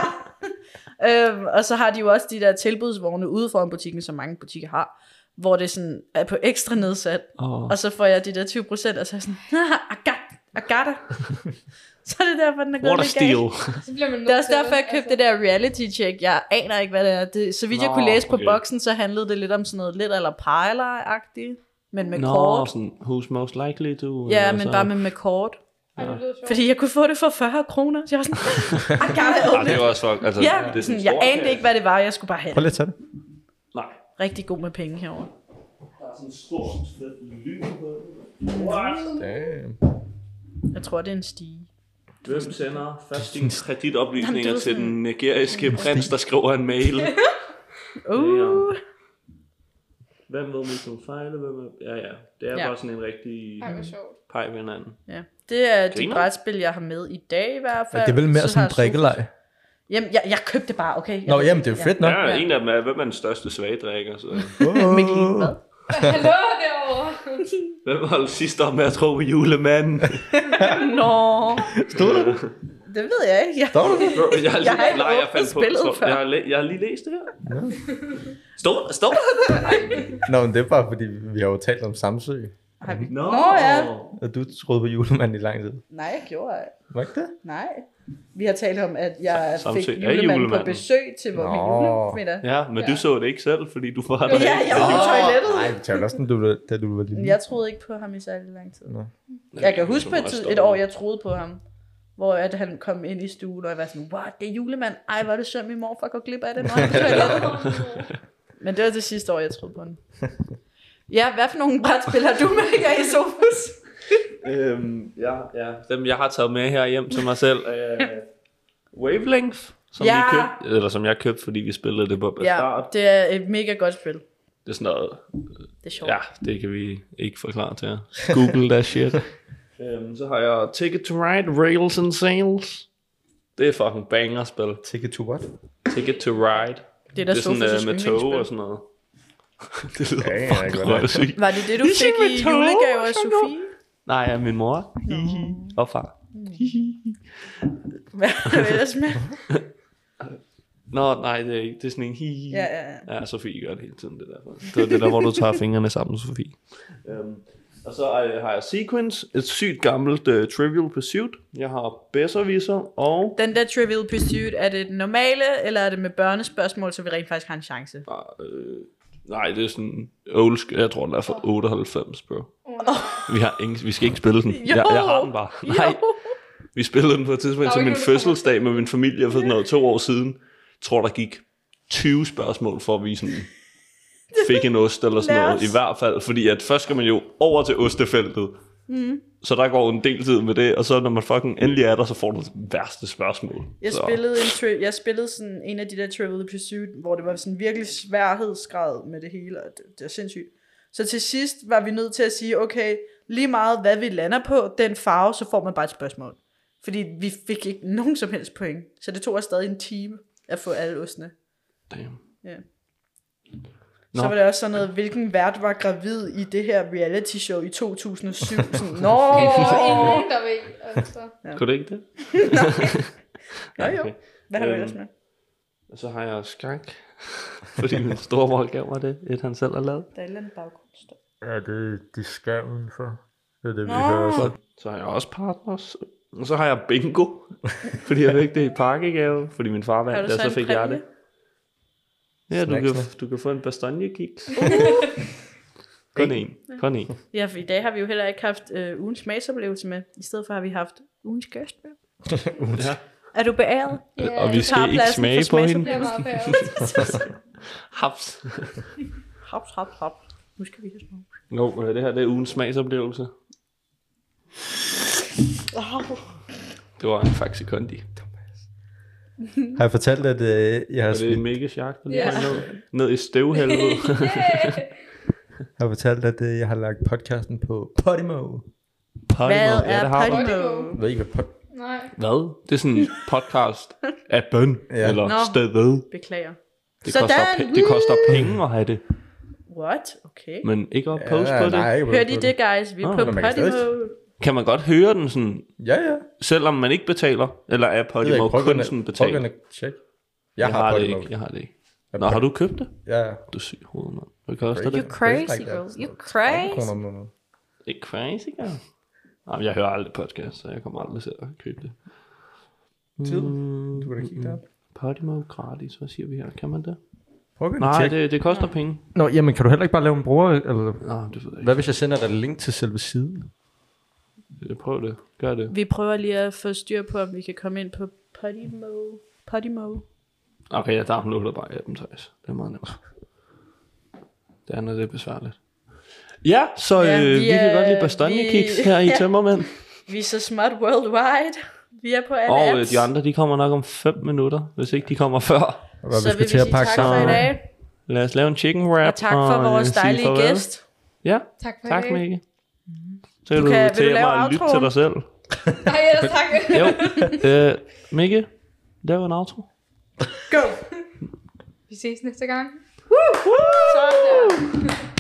Speaker 1: øhm, og så har de jo også de der tilbudsvogne ude foran butikken, som mange butikker har, hvor det sådan er på ekstra nedsat.
Speaker 6: Åh.
Speaker 1: Og så får jeg de der 20 procent, og så er jeg sådan, "Ah, I got- I got it." så er det derfor, den er
Speaker 6: What a
Speaker 1: gået lidt
Speaker 6: steal.
Speaker 1: galt.
Speaker 3: så bliver man nødt
Speaker 1: Det er også
Speaker 3: til altså-
Speaker 1: derfor, jeg købte det der reality check. Jeg aner ikke, hvad det er. Det, så vidt jeg
Speaker 6: Nå,
Speaker 1: kunne læse på
Speaker 6: okay.
Speaker 1: boksen, så handlede det lidt om sådan noget lidt eller pejler-agtigt, men med
Speaker 6: Nå,
Speaker 1: kort.
Speaker 6: sådan, who's most likely to...
Speaker 1: Ja,
Speaker 6: eller
Speaker 1: men
Speaker 6: så-
Speaker 1: bare med, med kort.
Speaker 3: Ej, det lyder sjovt.
Speaker 1: Fordi jeg kunne få det for 40 kroner. Så jeg var sådan, I got it,
Speaker 6: Ah, det
Speaker 1: open
Speaker 6: er
Speaker 1: it.
Speaker 6: jo også fuck, altså,
Speaker 1: Ja,
Speaker 6: det er sådan
Speaker 1: sådan, jeg
Speaker 6: stor
Speaker 1: anede ikke, hvad det var. Jeg skulle bare have
Speaker 4: Prøv
Speaker 1: det.
Speaker 4: lige at tage det.
Speaker 6: Nej,
Speaker 1: Rigtig god med penge herover.
Speaker 6: der er sådan en stor, fed lyn på det.
Speaker 4: Damn.
Speaker 1: Jeg tror, det er en stige.
Speaker 6: Hvem sender først dine kreditoplysninger til
Speaker 1: sådan-
Speaker 6: den nigeriske prins, der skriver en mail?
Speaker 1: Uh.
Speaker 6: Hvem ved, hvis nogen fejler? Hvem er... Ja, ja. Det er
Speaker 1: Ja.
Speaker 6: bare sådan en rigtig
Speaker 3: Ej, hvor sjovt.
Speaker 6: pej ved
Speaker 2: øh,
Speaker 6: hinanden.
Speaker 1: Ja. Det er de
Speaker 6: Griner.
Speaker 1: brætspil, jeg har med i dag i hvert fald.
Speaker 4: Det er vel
Speaker 1: Så
Speaker 4: mere sådan
Speaker 1: har
Speaker 4: en
Speaker 1: Sofus-
Speaker 4: drikkelej.
Speaker 1: Jamen, jeg, jeg købte det bare, okay? Jeg
Speaker 4: Nå,
Speaker 1: ved
Speaker 4: jamen, det
Speaker 1: ikke.
Speaker 4: er fedt nok.
Speaker 6: Ja, en af dem er, hvem er den største svagdrikker? Så.
Speaker 1: Ja. Mikkel, hvad?
Speaker 3: Hallo derovre.
Speaker 6: Hvem var det sidste om med at tro på julemanden?
Speaker 1: Nå,
Speaker 4: Stod der det?
Speaker 1: det ved jeg ikke. Jeg,
Speaker 4: Stod der det?
Speaker 6: Jeg har,
Speaker 1: Jeg har ikke
Speaker 6: nej, jeg
Speaker 1: åbnet
Speaker 6: fandt på,
Speaker 1: spillet
Speaker 6: stå,
Speaker 1: før.
Speaker 6: jeg, har, læ- jeg har lige læst det her. Stå, stå.
Speaker 4: Nå, men det er bare fordi, vi har jo talt om Samsø.
Speaker 1: Har vi...
Speaker 6: Nå,
Speaker 1: Nå ja.
Speaker 4: Og du troede på julemanden i lang tid.
Speaker 1: Nej, jeg gjorde ej.
Speaker 4: Var ikke det?
Speaker 1: Nej. Vi har talt om, at jeg
Speaker 6: Samtidig
Speaker 1: fik
Speaker 6: er
Speaker 1: julemanden på
Speaker 6: julemanden.
Speaker 1: besøg til vores
Speaker 4: Nå.
Speaker 1: julemiddag.
Speaker 6: Ja, men ja.
Speaker 1: Ja.
Speaker 6: du så det ikke selv, fordi du var
Speaker 1: Ja, jeg var på toilettet.
Speaker 4: Nej, vi talte også, da du, var- da du var lille.
Speaker 1: Men Jeg troede ikke på ham i særlig lang tid.
Speaker 4: Nå.
Speaker 1: Jeg kan huske på et, tid, et år, jeg troede på ham. Hvor at han kom ind i stuen, og jeg var sådan, wow, det er julemand. Ej, hvor er det synd, min morfar går glip af det. Må han på toilettet?" Men det var det sidste år, jeg troede på ham. Ja, hvad for nogle brætspil har du med jer i Sofus?
Speaker 6: Øhm, ja, ja. Dem, jeg har taget med her hjem til mig selv. Øh, Wavelength, som,
Speaker 1: Ja.
Speaker 6: ja. vi købte, eller som jeg købte, fordi vi spillede det på
Speaker 1: Ja,
Speaker 6: Bastard. Ja.
Speaker 1: det er et mega godt spil.
Speaker 6: Det er sådan noget,
Speaker 1: Det er sjovt.
Speaker 6: ja, det kan vi ikke forklare til jer. Google that shit. øhm, så har jeg Ticket to Ride, Rails and Sails. Det er fucking bangerspil.
Speaker 4: Ticket to what?
Speaker 6: Ticket to Ride.
Speaker 1: Det er da
Speaker 6: Det er sådan
Speaker 1: Sofus'
Speaker 6: øh, med tog og
Speaker 1: yndlingsspil.
Speaker 6: sådan noget. det lyder
Speaker 4: Ja, ja,
Speaker 6: ja,
Speaker 4: jeg
Speaker 6: ja,
Speaker 4: kan
Speaker 6: fucking
Speaker 4: godt lide.
Speaker 6: røvsygt.
Speaker 1: Var det det, du
Speaker 6: Ligesom
Speaker 1: fik
Speaker 6: med
Speaker 1: i
Speaker 6: tog,
Speaker 1: julegave af
Speaker 6: som
Speaker 1: Sofie?
Speaker 6: Nej, ja, min mor. Hihi. Og far.
Speaker 1: Hvad er det ellers med?
Speaker 6: Nå, nej, det er ikke. Det er sådan en hihi.
Speaker 1: Ja, ja, ja.
Speaker 6: Ja, Sofie gør det hele tiden, det er derfor. Det er det der, hvor du tager fingrene sammen, Sofie. Um, og så øh, har jeg Sequence, et sygt gammelt uh, Trivial Pursuit. Jeg har Besserwisser, og
Speaker 1: Den der Trivial Pursuit, er det den normale, eller er det med børnespørgsmål, så vi rent faktisk har en chance?
Speaker 6: øh, nej, det er sådan old school. Jeg tror, den er fra 98, bro. Vi, har ingen, vi skal ikke spille den. Jeg, jeg har den bare. Nej,
Speaker 1: Jo.
Speaker 6: vi spillede den på et tidspunkt
Speaker 3: er
Speaker 6: til
Speaker 3: ikke
Speaker 6: min
Speaker 3: nogen, der kommer
Speaker 6: fødselsdag med min familie for sådan noget to år siden. Jeg tror, der gik 20 spørgsmål for at vi sådan fik en ost eller sådan
Speaker 1: Lad
Speaker 6: noget.
Speaker 1: os.
Speaker 6: I hvert fald, fordi at først skal man jo over til ostefeltet. Mm. Så der går en del tid med det, og så når man fucking endelig er der, så får du det værste spørgsmål.
Speaker 1: Jeg
Speaker 6: så.
Speaker 1: spillede, en tri- jeg spillede sådan en af de der Trivial Pursuit, hvor det var sådan virkelig sværhedsgrad med det hele, og det, det var sindssygt. Så til sidst var vi nødt til at sige, okay, lige meget hvad vi lander på, den farve, så får man bare et spørgsmål. Fordi vi fik ikke nogen som helst point, så det tog os stadig en time at få alle ostene.
Speaker 6: Damn.
Speaker 1: Ja.
Speaker 6: Nå.
Speaker 1: Så var det også sådan noget, hvilken vært var gravid i det her reality show i 2007? Sådan, Nå!
Speaker 3: Okay, der er ingen, der ved. Altså.
Speaker 6: Kunne det ikke det?
Speaker 1: Nå jo.
Speaker 6: Okay.
Speaker 1: Hvad har du
Speaker 6: Øhm,
Speaker 1: ellers med?
Speaker 6: Og så har jeg skak, fordi min storebror gav mig det, et han selv har lavet.
Speaker 1: Der er et eller andet baggrunds.
Speaker 4: Ja, det, det skal man for. Det er det, vi
Speaker 1: Nå. hører så.
Speaker 6: Så har jeg også partners. Og så har jeg bingo, fordi jeg fik det i pakkegave, fordi min far
Speaker 1: Har
Speaker 6: vandt,
Speaker 1: du
Speaker 6: det, og
Speaker 1: så
Speaker 6: så
Speaker 1: en
Speaker 6: fik jeg
Speaker 1: præmie?
Speaker 6: det. Ja, du kan,
Speaker 4: Snacksene.
Speaker 6: du kan få en bastogne-kiks.
Speaker 1: Uh.
Speaker 6: Kun en. Kun en.
Speaker 1: Ja, for i dag har vi jo heller ikke haft øh, ugens smagsoplevelse med. I stedet for har vi haft ugens gæst med.
Speaker 6: Ja.
Speaker 1: Er du beæret?
Speaker 3: Ja,
Speaker 6: Og vi
Speaker 3: det
Speaker 1: tager
Speaker 6: skal ikke
Speaker 1: pladsen
Speaker 6: smage
Speaker 1: for
Speaker 6: på
Speaker 3: bliver
Speaker 6: hende.
Speaker 3: meget værre.
Speaker 6: Haps.
Speaker 1: Hop, hop, hop. Nu skal vi have smag.
Speaker 6: Jo, øh, det her det er ugens smagsoplevelse. Det var en Faxi Kondi.
Speaker 4: Har jeg fortalt, at øh, jeg, har
Speaker 6: Og det er
Speaker 4: smidt,
Speaker 6: en mega shark, der lige
Speaker 3: Ja.
Speaker 6: yeah. ned, ned i støvhelvede.
Speaker 4: har jeg fortalt, at øh, jeg har lagt podcasten på Podimo?
Speaker 1: Hvad
Speaker 6: Podimo.
Speaker 1: er
Speaker 6: Ja, det har du.
Speaker 1: Podimo?
Speaker 4: Jeg ved ikke, hvad pod...
Speaker 3: Nej.
Speaker 6: Hvad? Det er sådan en podcast af bøn,
Speaker 4: Ja.
Speaker 6: ja. eller
Speaker 1: Nå.
Speaker 6: stedet.
Speaker 1: Beklager.
Speaker 6: Det
Speaker 1: Sådan.
Speaker 6: koster, pe- det koster penge at have det,
Speaker 1: What? Okay.
Speaker 6: men ikke at poste ja, på det.
Speaker 4: nej, jeg ved
Speaker 1: Hørte
Speaker 4: ikke,
Speaker 1: I
Speaker 4: hvad
Speaker 1: det, guys? Vi er
Speaker 6: Nå,
Speaker 1: på
Speaker 6: men
Speaker 4: man kan
Speaker 1: Podimo.
Speaker 6: Kan man godt høre den sådan,
Speaker 4: Ja, ja.
Speaker 6: selvom man ikke betaler, eller er
Speaker 4: Det ved jeg
Speaker 6: Podimo
Speaker 4: ikke. Prøv at gå
Speaker 6: kun
Speaker 4: ind-
Speaker 6: sådan
Speaker 4: prøv at gå ind
Speaker 6: betalt?
Speaker 4: og tjek. Jeg,
Speaker 6: Jeg
Speaker 4: har,
Speaker 6: har det
Speaker 4: Podimo.
Speaker 6: ikke, jeg har det ikke.
Speaker 4: Jeg
Speaker 6: Nå, har du købt det?
Speaker 4: Ja, ja.
Speaker 6: Du er syg hoved, mand. Hvad koster
Speaker 4: Crazy.
Speaker 6: det?
Speaker 4: crazy, girl.
Speaker 1: You
Speaker 4: Kroner om måneden.
Speaker 6: Det er crazy, ja. Jamen, jeg hører aldrig podcast, så jeg kommer aldrig til at købe det.
Speaker 4: Tid. Du kan da kigge derop.
Speaker 6: Mm. Podimo gratis, hvad siger vi her? Kan man det?
Speaker 4: Prøv at gå ind og
Speaker 6: Nej,
Speaker 4: tjek.
Speaker 6: det, det koster penge.
Speaker 4: Nå, jamen kan du heller ikke bare lave en bruger? Eller...
Speaker 6: Nå, det ved jeg
Speaker 4: Hvad
Speaker 6: ikke.
Speaker 4: hvis jeg sender dig et link til selve siden?
Speaker 6: Prøv det. Gør det.
Speaker 1: Vi prøver lige at få styr på, om vi kan komme ind på Podimo. Podimo.
Speaker 6: Okay, jeg downloader bare appen, Thijs. Det er meget nemt. Det andet, det er besværligt. Ja, så
Speaker 1: Ja,
Speaker 6: ja, øh,
Speaker 1: vi
Speaker 6: vi,
Speaker 1: er-
Speaker 6: kan godt lide bastogne-kiks
Speaker 1: vi-
Speaker 6: her i
Speaker 1: Ja.
Speaker 6: Tømmermænd.
Speaker 1: Vi er så smart worldwide. Vi er på alle
Speaker 6: Og øh,
Speaker 1: apps.
Speaker 6: de andre, de kommer nok om 5 minutter, hvis ikke de kommer før.
Speaker 4: Hvad,
Speaker 1: så vil vi sige tak for i
Speaker 6: sammen.
Speaker 1: dag.
Speaker 6: Lad os lave en chicken wrap.
Speaker 1: Og tak for
Speaker 6: øh,
Speaker 1: vores
Speaker 6: sige
Speaker 1: dejlige
Speaker 6: farvel.
Speaker 1: gæst.
Speaker 6: Ja,
Speaker 3: Tak for
Speaker 6: tak
Speaker 3: i dag.
Speaker 6: Mikke. Så kan du,
Speaker 1: kan-
Speaker 6: kan,
Speaker 1: vil du
Speaker 6: til
Speaker 1: lave
Speaker 6: mig at lytte til
Speaker 1: outroen?
Speaker 6: dig selv.
Speaker 3: Nej, ellers tak.
Speaker 6: Jo, øh, Mikke, lav en outro.
Speaker 1: Go!
Speaker 3: Vi ses næste gang.
Speaker 1: Woo!
Speaker 3: Sådan der.